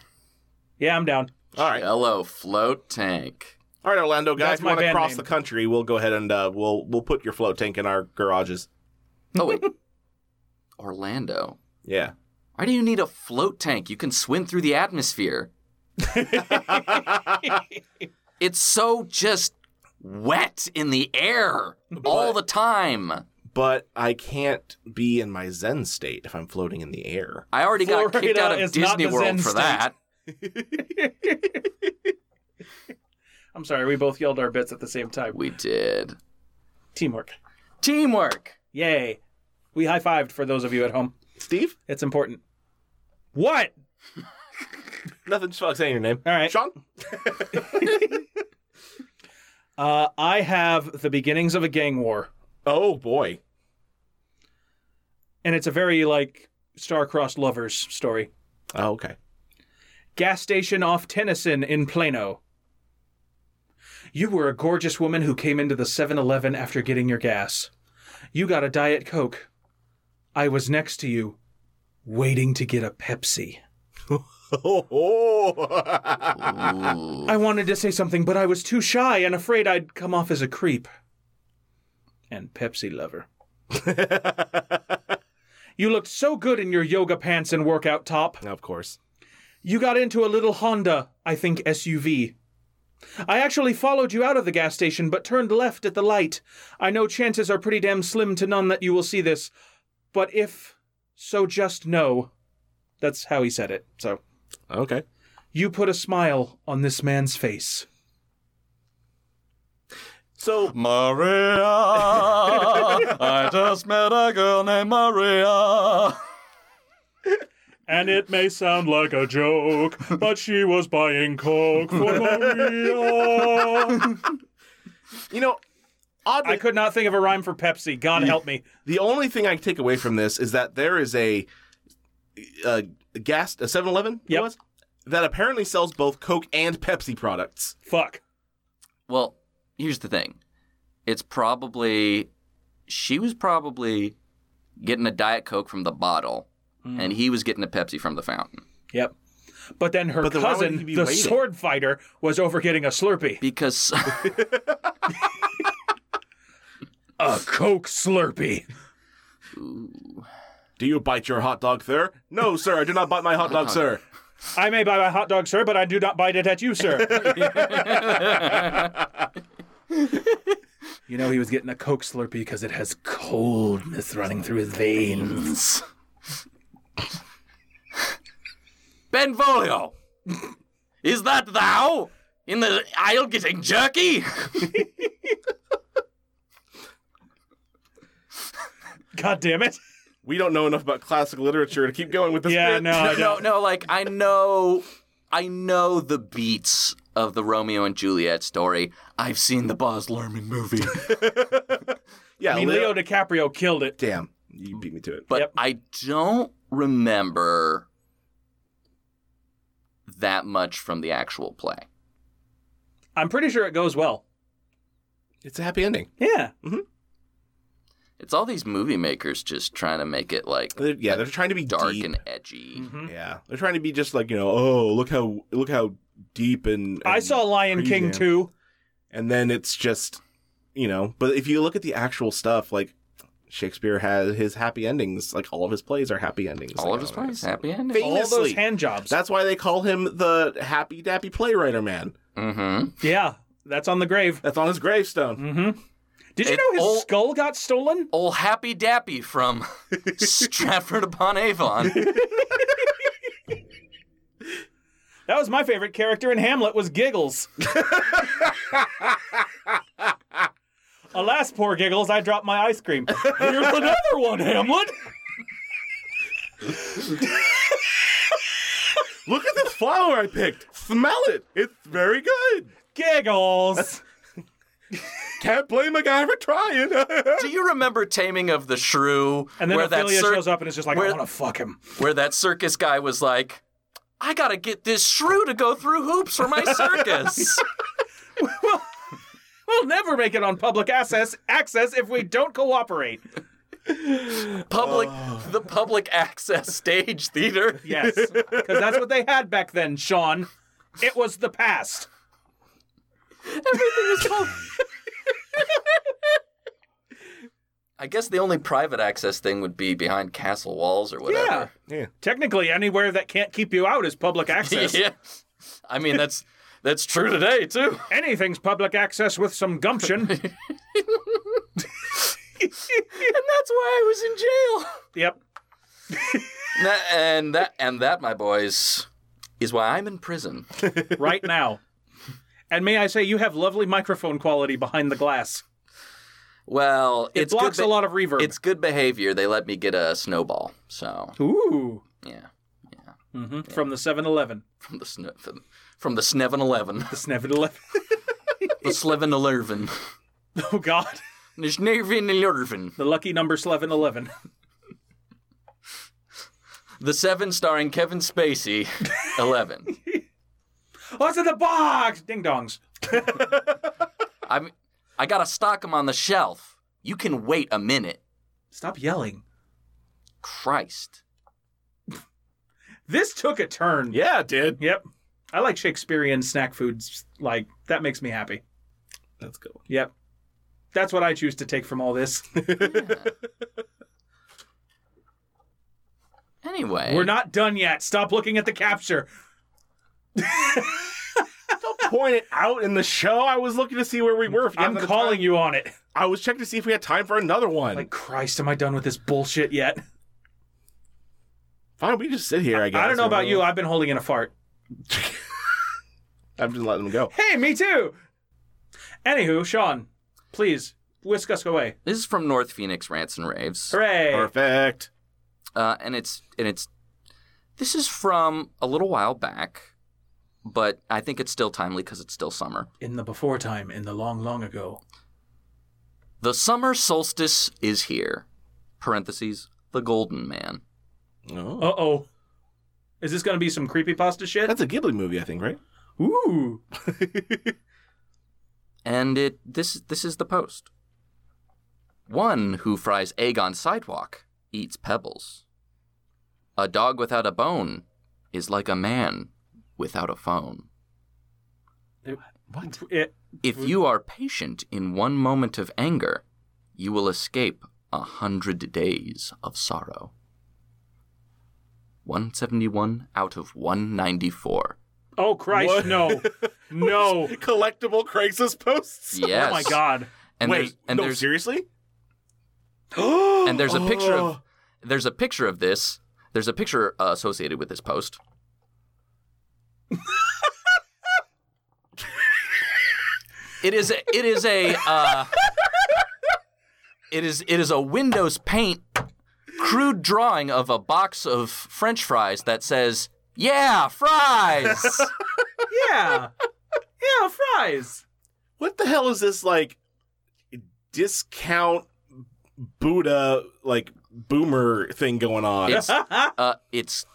Speaker 2: Yeah, I'm down.
Speaker 4: (laughs) All right.
Speaker 3: Hello, float tank.
Speaker 4: All right, Orlando guys.
Speaker 2: That's
Speaker 4: If you
Speaker 2: my
Speaker 4: want to
Speaker 2: band
Speaker 4: cross
Speaker 2: name.
Speaker 4: the country, we'll go ahead and uh, we'll we'll put your (laughs) float tank in our garages.
Speaker 3: Oh wait, Orlando.
Speaker 4: Yeah.
Speaker 3: Why do you need a float tank? You can swim through
Speaker 2: (laughs)
Speaker 3: the atmosphere. it's so just wet in the air all the time.
Speaker 4: But I can't be in my Zen state if I'm floating in the air.
Speaker 3: I already got kicked
Speaker 2: Florida
Speaker 3: out of
Speaker 2: is not
Speaker 3: Disney
Speaker 2: the
Speaker 3: World
Speaker 2: Zen
Speaker 3: for
Speaker 2: state.
Speaker 3: that.
Speaker 2: I'm sorry, we both yelled our bits at the same time.
Speaker 3: We did.
Speaker 2: Teamwork. (laughs)
Speaker 3: Teamwork.
Speaker 2: Yay. We high fived for those of you at home.
Speaker 4: Steve?
Speaker 2: It's important. What?
Speaker 4: Nothing, just fuck saying your name.
Speaker 2: All right.
Speaker 4: Sean?
Speaker 2: Uh, I have the beginnings of a gang war,
Speaker 4: Oh, boy.
Speaker 2: and it's a very like star-crossed lovers story.
Speaker 4: Oh, (laughs) okay.
Speaker 2: gas station off Tennyson in Plano. You were a gorgeous woman who came into the 7 Eleven after getting your gas. You got a Diet Coke. I was next to you, waiting to get a Pepsi. I wanted to say something, but I was too shy and afraid I'd come off as a creep. And Pepsi lover. you looked so good in your yoga pants and workout top.
Speaker 4: of course.
Speaker 2: You got into a little Honda, I think SUV. I actually followed you out of the gas station but turned left at the light. I know chances are pretty damn slim to none that you will see this, but if so, just know. That's how he said it, so.
Speaker 4: Okay.
Speaker 2: You put a smile on this man's face.
Speaker 4: So,
Speaker 6: Maria, I just met a girl named Maria.
Speaker 2: And it may sound like a joke, but she was buying Coke (laughs) for Maria.
Speaker 4: you know, oddly,
Speaker 2: I could not think of a rhyme for Pepsi. God help me.
Speaker 4: the only thing I can take away from this is that there is a, a gas, a 7 Eleven,
Speaker 2: Yep.
Speaker 4: was, that apparently sells both Coke and Pepsi products.
Speaker 2: Fuck.
Speaker 3: Well, here's the thing. It's probably she was probably getting a diet coke from the bottle
Speaker 2: Hmm.
Speaker 3: and he was getting a Pepsi from the fountain
Speaker 2: Yep. But then her
Speaker 4: But then why would
Speaker 2: cousin, the
Speaker 4: he be waiting?
Speaker 2: sword fighter, was over getting a Slurpee.
Speaker 3: because
Speaker 2: A Coke Slurpee.
Speaker 4: Do you bite your hot dog, sir? No, sir, I do not bite my hot dog, sir.
Speaker 2: I may buy my hot dog, sir, but I do not bite it at you, sir. you know, he was getting a Coke Slurpee because it has coldness running through his veins.
Speaker 3: Benvolio. Is that thou in the aisle getting jerky?
Speaker 2: God damn it.
Speaker 4: We don't know enough about classic literature to keep going with this.
Speaker 2: Yeah,
Speaker 4: bit.
Speaker 2: no, I
Speaker 3: no,
Speaker 2: don't.
Speaker 3: no, like I know I know the beats of the Romeo and Juliet story. I've seen the Boz Lerman movie.
Speaker 4: (laughs) (laughs) yeah,
Speaker 2: I mean, Leo DiCaprio killed it.
Speaker 4: Damn, you beat me to it.
Speaker 3: but
Speaker 2: Yep.
Speaker 3: I don't remember that much from the actual play.
Speaker 2: I'm pretty sure it goes well.
Speaker 4: It's a happy ending.
Speaker 2: Yeah.
Speaker 3: It's all these movie makers just trying to make it like
Speaker 4: They're- yeah, they're trying to be
Speaker 3: dark
Speaker 4: deep. Mm-hmm.
Speaker 3: and edgy.
Speaker 2: Mm-hmm.
Speaker 4: yeah, they're trying to be just like you know. Oh, look how look how deep and,
Speaker 2: I
Speaker 4: and
Speaker 2: saw Lion
Speaker 4: crazy I
Speaker 2: King
Speaker 4: am."
Speaker 2: 2.
Speaker 4: and then it's just you know. But if you look at the actual stuff, like Shakespeare has his happy endings. Like all of his plays are happy endings.
Speaker 3: All
Speaker 4: like,
Speaker 3: of his
Speaker 4: oh,
Speaker 3: plays,
Speaker 4: nice.
Speaker 3: happy ending.
Speaker 2: All those
Speaker 4: Famously.
Speaker 2: hand jobs.
Speaker 4: That's why they call him the happy dappy playwriter man.
Speaker 3: Mm-hmm.
Speaker 2: Yeah, that's on the grave.
Speaker 4: That's on his gravestone.
Speaker 2: Mm. Did you
Speaker 3: It
Speaker 2: know his
Speaker 3: all-
Speaker 2: skull got stolen?
Speaker 3: Old Happy
Speaker 2: (laughs)
Speaker 3: Dappy from Stratford upon Avon.
Speaker 2: That was my favorite character in Hamlet was
Speaker 3: (laughs)
Speaker 2: Giggles. Alas, poor Giggles, I dropped my ice cream. Here's another one, Hamlet.
Speaker 4: Look at this flower I picked. Smell it. It's very good.
Speaker 2: Giggles.
Speaker 4: Can't blame a guy for trying. (laughs)
Speaker 3: Do you remember Taming of the Shrew?
Speaker 2: And then
Speaker 3: where that
Speaker 2: Ophelia
Speaker 3: cir-
Speaker 2: shows up and is just like,
Speaker 3: where-
Speaker 2: I want to fuck him.
Speaker 3: where that circus guy was like, I gotta get this shrew to go through hoops for my
Speaker 2: (laughs)
Speaker 3: circus.
Speaker 2: Oh. We'll never make it on public access access if we don't cooperate.
Speaker 3: public the public access stage theater.
Speaker 2: Yes, because that's what they had back then, Sean. It was the past.
Speaker 3: Everything is public. I guess the only private access thing would be behind castle walls or whatever.
Speaker 4: Yeah.
Speaker 2: Technically, anywhere that can't keep you out is public access.
Speaker 3: (laughs) yeah. I mean that's that's true today too.
Speaker 2: Anything's public access with some gumption.
Speaker 3: (laughs) And that's why I was in jail.
Speaker 2: yep.
Speaker 3: And that, and that and that, my boys, is why I'm in prison.
Speaker 2: Right now. And may I say, you have lovely microphone quality behind the glass.
Speaker 3: Well,
Speaker 2: It
Speaker 3: it's
Speaker 2: blocks
Speaker 3: good
Speaker 2: a lot of reverb.
Speaker 3: It's good behavior. They let me get a snowball. So
Speaker 2: Ooh.
Speaker 3: yeah,
Speaker 2: hmm From the 7 Eleven.
Speaker 3: from the sn- from, from the Sneven Eleven, (laughs)
Speaker 2: The 7 Eleven. (laughs)
Speaker 3: the Sleven Eleven,
Speaker 2: Oh, God.
Speaker 3: the Sneven Eleven,
Speaker 2: The lucky number 7 Eleven. (laughs)
Speaker 3: the Seven starring Kevin Spacey, (laughs) Eleven.
Speaker 2: What's in the box? Ding dongs.
Speaker 3: I'm I gotta stock them on the shelf. You can wait a minute.
Speaker 2: Stop yelling.
Speaker 3: Christ.
Speaker 2: This took a turn.
Speaker 4: Yeah, it did.
Speaker 2: Yep. I like Shakespearean snack foods. Like, that makes me happy.
Speaker 4: That's a good. one.
Speaker 2: Yep. That's what I choose to take from all this. (laughs)
Speaker 3: Anyway,
Speaker 2: We're not done yet. Stop looking at the capture.
Speaker 4: Point it out in the show. I was looking to see where we were. If you
Speaker 2: I'm
Speaker 4: had another
Speaker 2: calling
Speaker 4: time.
Speaker 2: you on it.
Speaker 4: I was checking to see if we had time for another one.
Speaker 2: Like, Christ, am I done with this bullshit yet?
Speaker 4: Fine, we just sit here. I guess.
Speaker 2: I don't know about you. I've been holding in a fart.
Speaker 4: I'm just letting them go.
Speaker 2: Hey, me too. Anywho, Sean, please whisk us away.
Speaker 3: this is from North Phoenix Rants and Raves.
Speaker 2: Hooray.
Speaker 4: Perfect.
Speaker 3: uh, and it's and it's this is from a little while back, but I think it's still timely because it's still summer.
Speaker 2: In the before time, in the long, long ago.
Speaker 3: The summer solstice is here. Parentheses the golden man.
Speaker 4: Oh.
Speaker 2: Uh oh. Is this going to be some creepypasta shit?
Speaker 4: That's a Ghibli movie, I think, right?
Speaker 2: (laughs) Ooh.
Speaker 3: And it this this is the post. One who fries egg on sidewalk eats pebbles. A dog without a bone is like a man without a phone.
Speaker 4: What?
Speaker 2: It,
Speaker 3: If
Speaker 4: Mm-hmm.
Speaker 3: you are patient in one moment of anger, you will escape a hundred days of sorrow. 171 out of 194.
Speaker 2: oh, Christ, (laughs)
Speaker 4: What?
Speaker 2: no. (laughs) no.
Speaker 4: Collectible Craigslist posts.
Speaker 3: Yes.
Speaker 2: Oh, my God.
Speaker 3: And
Speaker 4: Wait,
Speaker 3: there's, and
Speaker 4: no,
Speaker 2: (gasps)
Speaker 3: there's
Speaker 4: seriously?
Speaker 3: and there's a picture of there's a picture of this. There's a picture uh, associated with this post. it is a, it is a uh, it is it is a Windows Paint crude drawing of a box of French fries that says "Yeah, fries."
Speaker 2: Yeah. yeah, fries.
Speaker 4: What the hell is this like discount Buddha like boomer thing going on?
Speaker 3: It's uh, it's.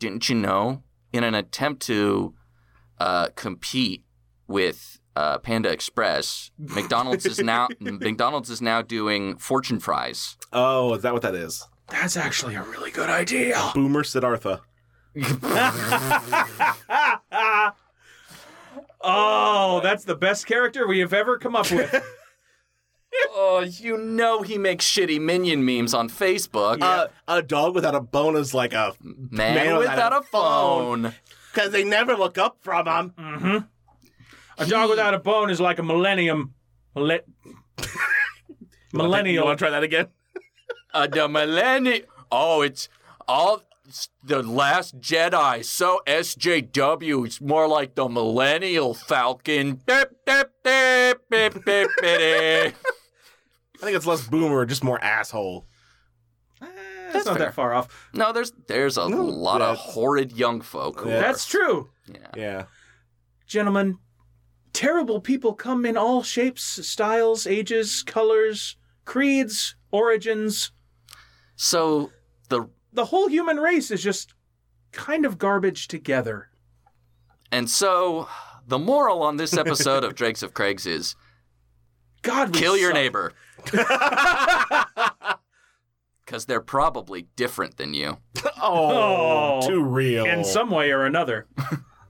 Speaker 3: Didn't you know? In an attempt to uh, compete with uh, Panda Express, McDonald's is now McDonald's is now doing fortune fries.
Speaker 4: Oh, is that what that is?
Speaker 2: That's actually a really good idea.
Speaker 4: Boomer Siddhartha.
Speaker 2: Oh, that's the best character we have ever come up with.
Speaker 3: Oh, you know he makes shitty minion memes on Facebook.
Speaker 4: Uh, a dog without a bone is like a
Speaker 3: man, without a phone.
Speaker 4: because they never look up from him.
Speaker 2: A dog without a bone is like a millennium. Mille-
Speaker 4: You
Speaker 2: millennial.
Speaker 4: want to try that again?
Speaker 3: Uh, the millennium. Oh, it's all it's the last Jedi. So SJW. It's more like the Millennial Falcon. Beep, beep, beep, beep, beep, beep.
Speaker 4: I think it's less boomer, just more asshole.
Speaker 2: Eh, That's not that far off.
Speaker 3: no, there's there's a lot of
Speaker 4: that's-
Speaker 3: horrid young folk. Who
Speaker 4: Yeah.
Speaker 2: That's true.
Speaker 4: Yeah.
Speaker 2: Gentlemen, terrible people come in all shapes, styles, ages, colors, creeds, origins.
Speaker 3: So the
Speaker 2: The whole human race is just kind of garbage together.
Speaker 3: and so the moral on this episode of Drakes of Craigs is
Speaker 2: God, we
Speaker 3: kill your
Speaker 2: suck.
Speaker 3: (laughs) neighbor. Because they're probably different than you.
Speaker 4: Oh,
Speaker 2: Oh.
Speaker 4: too real.
Speaker 2: in some way or another.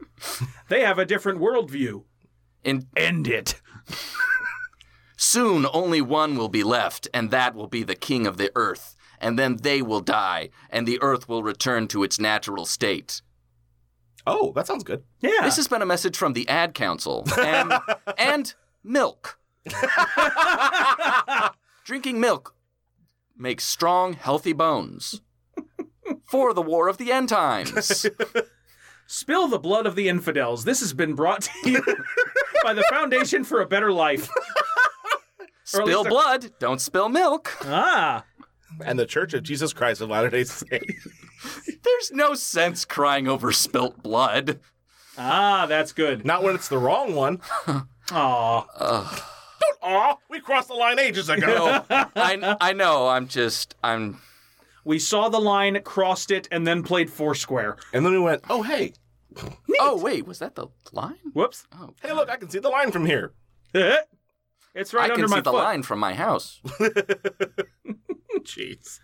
Speaker 3: (laughs)
Speaker 2: they have a different worldview.
Speaker 3: In
Speaker 2: End it.
Speaker 3: Soon only one will be left, and that will be the king of the earth. And then they will die, and the earth will return to its natural state.
Speaker 4: Oh, that sounds good.
Speaker 2: Yeah.
Speaker 3: This has been a message from the Ad Council and, and milk. Drinking milk makes strong, healthy bones for the war of the end times.
Speaker 2: Spill the blood of the infidels. This has been brought to you
Speaker 3: (laughs)
Speaker 2: by the Foundation for a Better Life. Or at least
Speaker 3: spill
Speaker 2: a-
Speaker 3: blood, don't spill milk.
Speaker 2: Ah.
Speaker 4: And the Church of Jesus Christ of Latter Day Saints.
Speaker 3: There's no sense crying over spilt blood.
Speaker 2: Ah, that's good.
Speaker 4: Not when it's the wrong one.
Speaker 2: Aw.
Speaker 4: Aw, we crossed the line ages ago.
Speaker 3: No, I, I know. I'm just I'm
Speaker 2: We saw the line, crossed it, and then played Foursquare.
Speaker 4: (laughs) and then we went, oh hey,
Speaker 3: Oh wait, was that the line?
Speaker 2: Whoops. (laughs)
Speaker 3: Oh,
Speaker 4: hey look, I can see the line from here.
Speaker 2: it's right
Speaker 3: I
Speaker 2: under
Speaker 3: can
Speaker 2: my
Speaker 3: see the
Speaker 2: foot.
Speaker 3: line from my house.
Speaker 2: Jeez.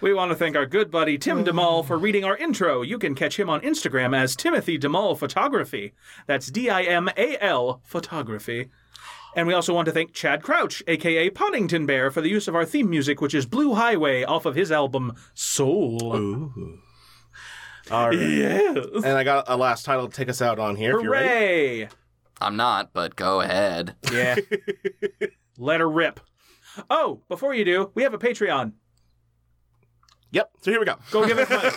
Speaker 2: We want to thank our good buddy
Speaker 4: Oh.
Speaker 2: Tim DeMall for reading our intro. You can catch him on Instagram as Timothy DeMall Photography. That's D I M A L Photography. And we also want to thank Chad Crouch, aka Poddington Bear, for the use of our theme music, which is Blue Highway off of his album Soul.
Speaker 4: All right.
Speaker 2: Yes.
Speaker 4: And I got a last title to take us out on here. If you're ready.
Speaker 2: Hooray!
Speaker 3: I'm not, but go ahead.
Speaker 2: Yeah. Let her rip. Oh, before you do, we have a Patreon.
Speaker 4: Yep. So here we go.
Speaker 2: Go
Speaker 4: (laughs)
Speaker 2: give it money.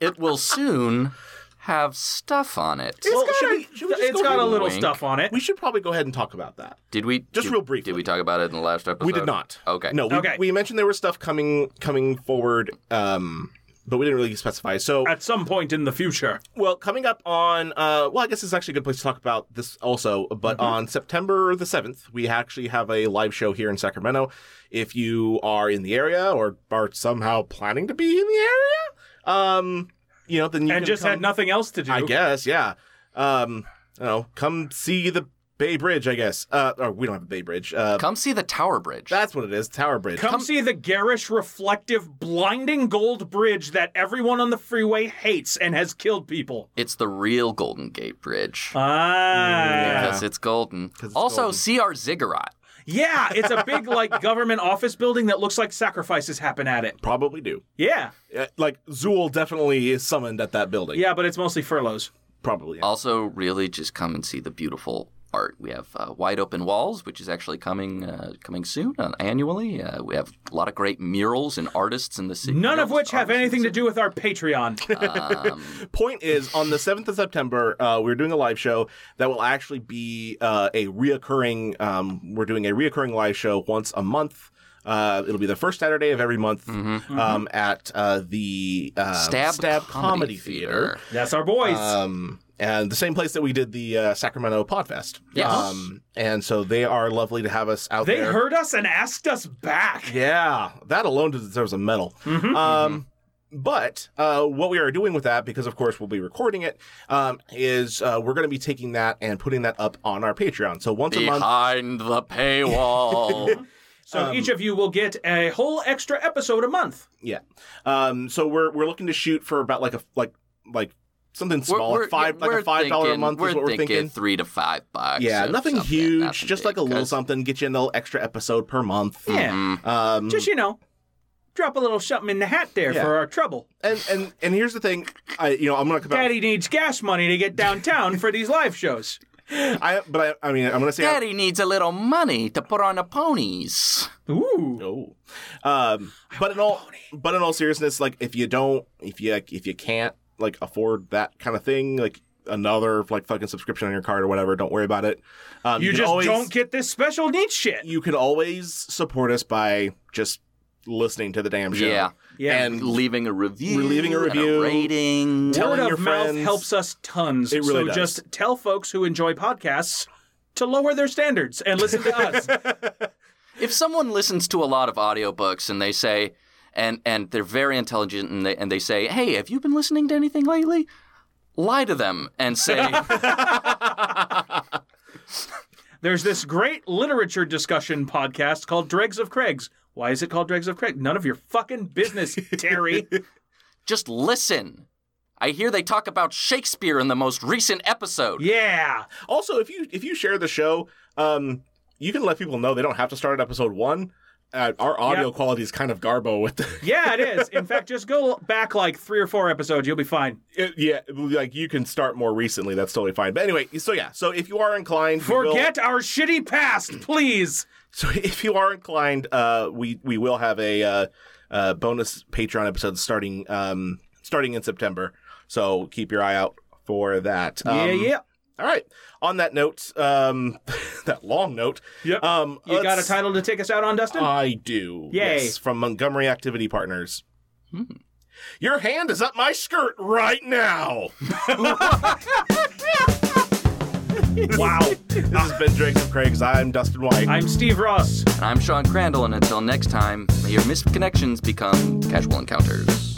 Speaker 3: It will soon have stuff on it.
Speaker 4: Well,
Speaker 2: got
Speaker 4: should
Speaker 2: a-
Speaker 4: we- should we just
Speaker 2: it's
Speaker 4: go
Speaker 2: got
Speaker 4: ahead
Speaker 2: a
Speaker 4: and
Speaker 2: little
Speaker 3: wink?
Speaker 2: stuff on it.
Speaker 4: We should probably go ahead and talk about that.
Speaker 3: Did we
Speaker 4: Just
Speaker 3: did-
Speaker 4: real briefly.
Speaker 3: Did we talk about it in the last episode?
Speaker 4: We did not.
Speaker 3: Okay.
Speaker 4: No. We,
Speaker 2: Okay.
Speaker 4: we mentioned there was stuff coming coming forward, um, but we didn't really specify. So
Speaker 2: At some point in the future.
Speaker 4: Well, coming up on, uh, well, I guess it's actually a good place to talk about this also, but
Speaker 2: Mm-hmm.
Speaker 4: on September the 7th, we actually have a live show here in Sacramento. If you are in the area or are somehow planning to be in the area, um, you know, then you
Speaker 2: and
Speaker 4: can
Speaker 2: just
Speaker 4: come,
Speaker 2: had nothing else to do.
Speaker 4: I guess, yeah. Um, I don't know, come see the Bay Bridge, I guess. Uh, or we don't have a Bay Bridge. Uh,
Speaker 3: Come see the Tower Bridge.
Speaker 4: that's what it is, Tower Bridge.
Speaker 2: Come, see the garish, reflective, blinding gold bridge that everyone on the freeway hates and has killed people.
Speaker 3: it's the real Golden Gate
Speaker 2: Oh,
Speaker 3: Bridge.
Speaker 2: Ah.
Speaker 3: Because it's golden.
Speaker 4: 'Cause it's
Speaker 3: also,
Speaker 4: golden.
Speaker 3: see our ziggurat.
Speaker 2: Yeah, it's a big, like, government office building that looks like sacrifices happen at it.
Speaker 4: Probably do.
Speaker 2: Yeah.
Speaker 4: Uh, Like, Zool definitely is summoned at that building.
Speaker 2: Yeah, but it's mostly furloughs.
Speaker 4: Probably. yeah.
Speaker 3: Also, really, just come and see the beautiful art. We have uh, Wide Open Walls, which is actually coming uh, coming soon uh, annually. Uh, we have a lot of great murals and artists in the city.
Speaker 2: None of which have anything to do with our (laughs) Patreon.
Speaker 3: um,
Speaker 4: point is on the 7th of september uh, we're doing a live show that will actually be uh, a reoccurring um, we're doing a reoccurring live show once a month uh, it'll be the first Saturday of every month
Speaker 2: Mm-hmm.
Speaker 4: um, at uh, the uh,
Speaker 3: Mm-hmm. Stab, Comedy, Theater.
Speaker 2: That's our boys.
Speaker 4: Um, and the same place that we did the uh, Sacramento Podfest.
Speaker 3: Yes.
Speaker 4: Um, and so they are lovely to have us out
Speaker 2: they
Speaker 4: there.
Speaker 2: heard us and asked us back.
Speaker 4: (laughs)
Speaker 2: Mm-hmm.
Speaker 4: Yeah, that alone deserves a medal.
Speaker 3: Mm-hmm.
Speaker 4: Um, but uh, what we are doing with that, because of course we'll be recording it, um, is uh, we're going to be taking that and putting that up on our Patreon. So once a month,
Speaker 3: Behind the
Speaker 4: (laughs)
Speaker 3: paywall.
Speaker 2: So each of you will get a whole extra episode a month.
Speaker 4: yeah. Um, so we're we're looking to shoot for about like a like like something
Speaker 3: We're-
Speaker 4: small,
Speaker 3: we're-
Speaker 4: like five like
Speaker 3: we're
Speaker 4: a five dollar a
Speaker 3: thinking-
Speaker 4: month is what we're thinking.
Speaker 3: Three to five bucks.
Speaker 4: Yeah,
Speaker 3: or
Speaker 4: nothing
Speaker 3: something,
Speaker 4: huge,
Speaker 3: nothing
Speaker 4: just
Speaker 3: big,
Speaker 4: like a little
Speaker 3: 'cause-
Speaker 4: something. Get you an little extra episode per month.
Speaker 2: Yeah.
Speaker 4: Um,
Speaker 2: Just, you know, drop a little something in the hat there
Speaker 4: Yeah.
Speaker 2: for our trouble.
Speaker 4: and and and here's the thing, I you know I'm gonna come out.
Speaker 2: Daddy needs gas money to get downtown for these live shows.
Speaker 4: I but I, I mean I'm gonna say
Speaker 3: Daddy needs a little money to put on the ponies.
Speaker 2: Ooh.
Speaker 4: Oh. Um, but in all but in all seriousness, like if you don't if you if you can't like afford that kind of thing, like another like fucking subscription on your card or whatever, don't worry about it. Um,
Speaker 2: You
Speaker 4: can
Speaker 2: just
Speaker 4: always- E-,
Speaker 2: don't get this special neat shit.
Speaker 4: you can always support us by just listening to the damn show.
Speaker 3: Yeah.
Speaker 2: Yeah.
Speaker 4: And
Speaker 3: Leaving a review.
Speaker 4: We're leaving a
Speaker 3: and
Speaker 4: review.
Speaker 3: rating.
Speaker 4: telling
Speaker 2: Word
Speaker 4: your
Speaker 2: of mouth
Speaker 4: friends-
Speaker 2: helps us tons.
Speaker 4: It really
Speaker 2: so
Speaker 4: does.
Speaker 2: just tell folks who enjoy podcasts to lower their standards and listen to
Speaker 4: (laughs)
Speaker 2: us.
Speaker 3: if someone listens to a lot of audiobooks and they say and and they're very intelligent and they and they say hey have you been listening to anything lately lie to them and say
Speaker 2: There's this great literature discussion podcast called Dregs of Craigs. Why is it called Dregs of Craigs? None of your fucking
Speaker 4: (laughs)
Speaker 2: business, Terry.
Speaker 3: just listen i hear they talk about shakespeare in the most recent episode
Speaker 2: yeah.
Speaker 4: also if you if you share the show, um you can let people know they don't have to start at episode one. Uh, our audio
Speaker 2: Yep.
Speaker 4: quality is kind of garbo with the,
Speaker 2: Yeah, it is. In fact, just go back like three or four episodes. You'll be fine.
Speaker 4: it, yeah, like you can start more recently. That's totally fine. But anyway, so yeah, so if you are inclined, we will-
Speaker 2: Forget our shitty past, please.
Speaker 4: (laughs) So if you are inclined, uh, we we will have a uh, uh, bonus Patreon episode starting um, starting in September. So keep your eye out for that. Um,
Speaker 2: yeah, yeah.
Speaker 4: All right. On that note, um, (laughs) that long note.
Speaker 2: Yep.
Speaker 4: Um,
Speaker 2: you got a
Speaker 4: let's-
Speaker 2: title to take us out on, Dustin?
Speaker 4: I do.
Speaker 2: Yay.
Speaker 4: Yes, from Montgomery Activity Partners. Your hand is up my skirt right now. wow. This has been Drakes of Craigs. I'm Dustin White.
Speaker 2: I'm Steve Ross.
Speaker 3: And I'm Sean Crandall, and until next time, may your missed connections become casual encounters.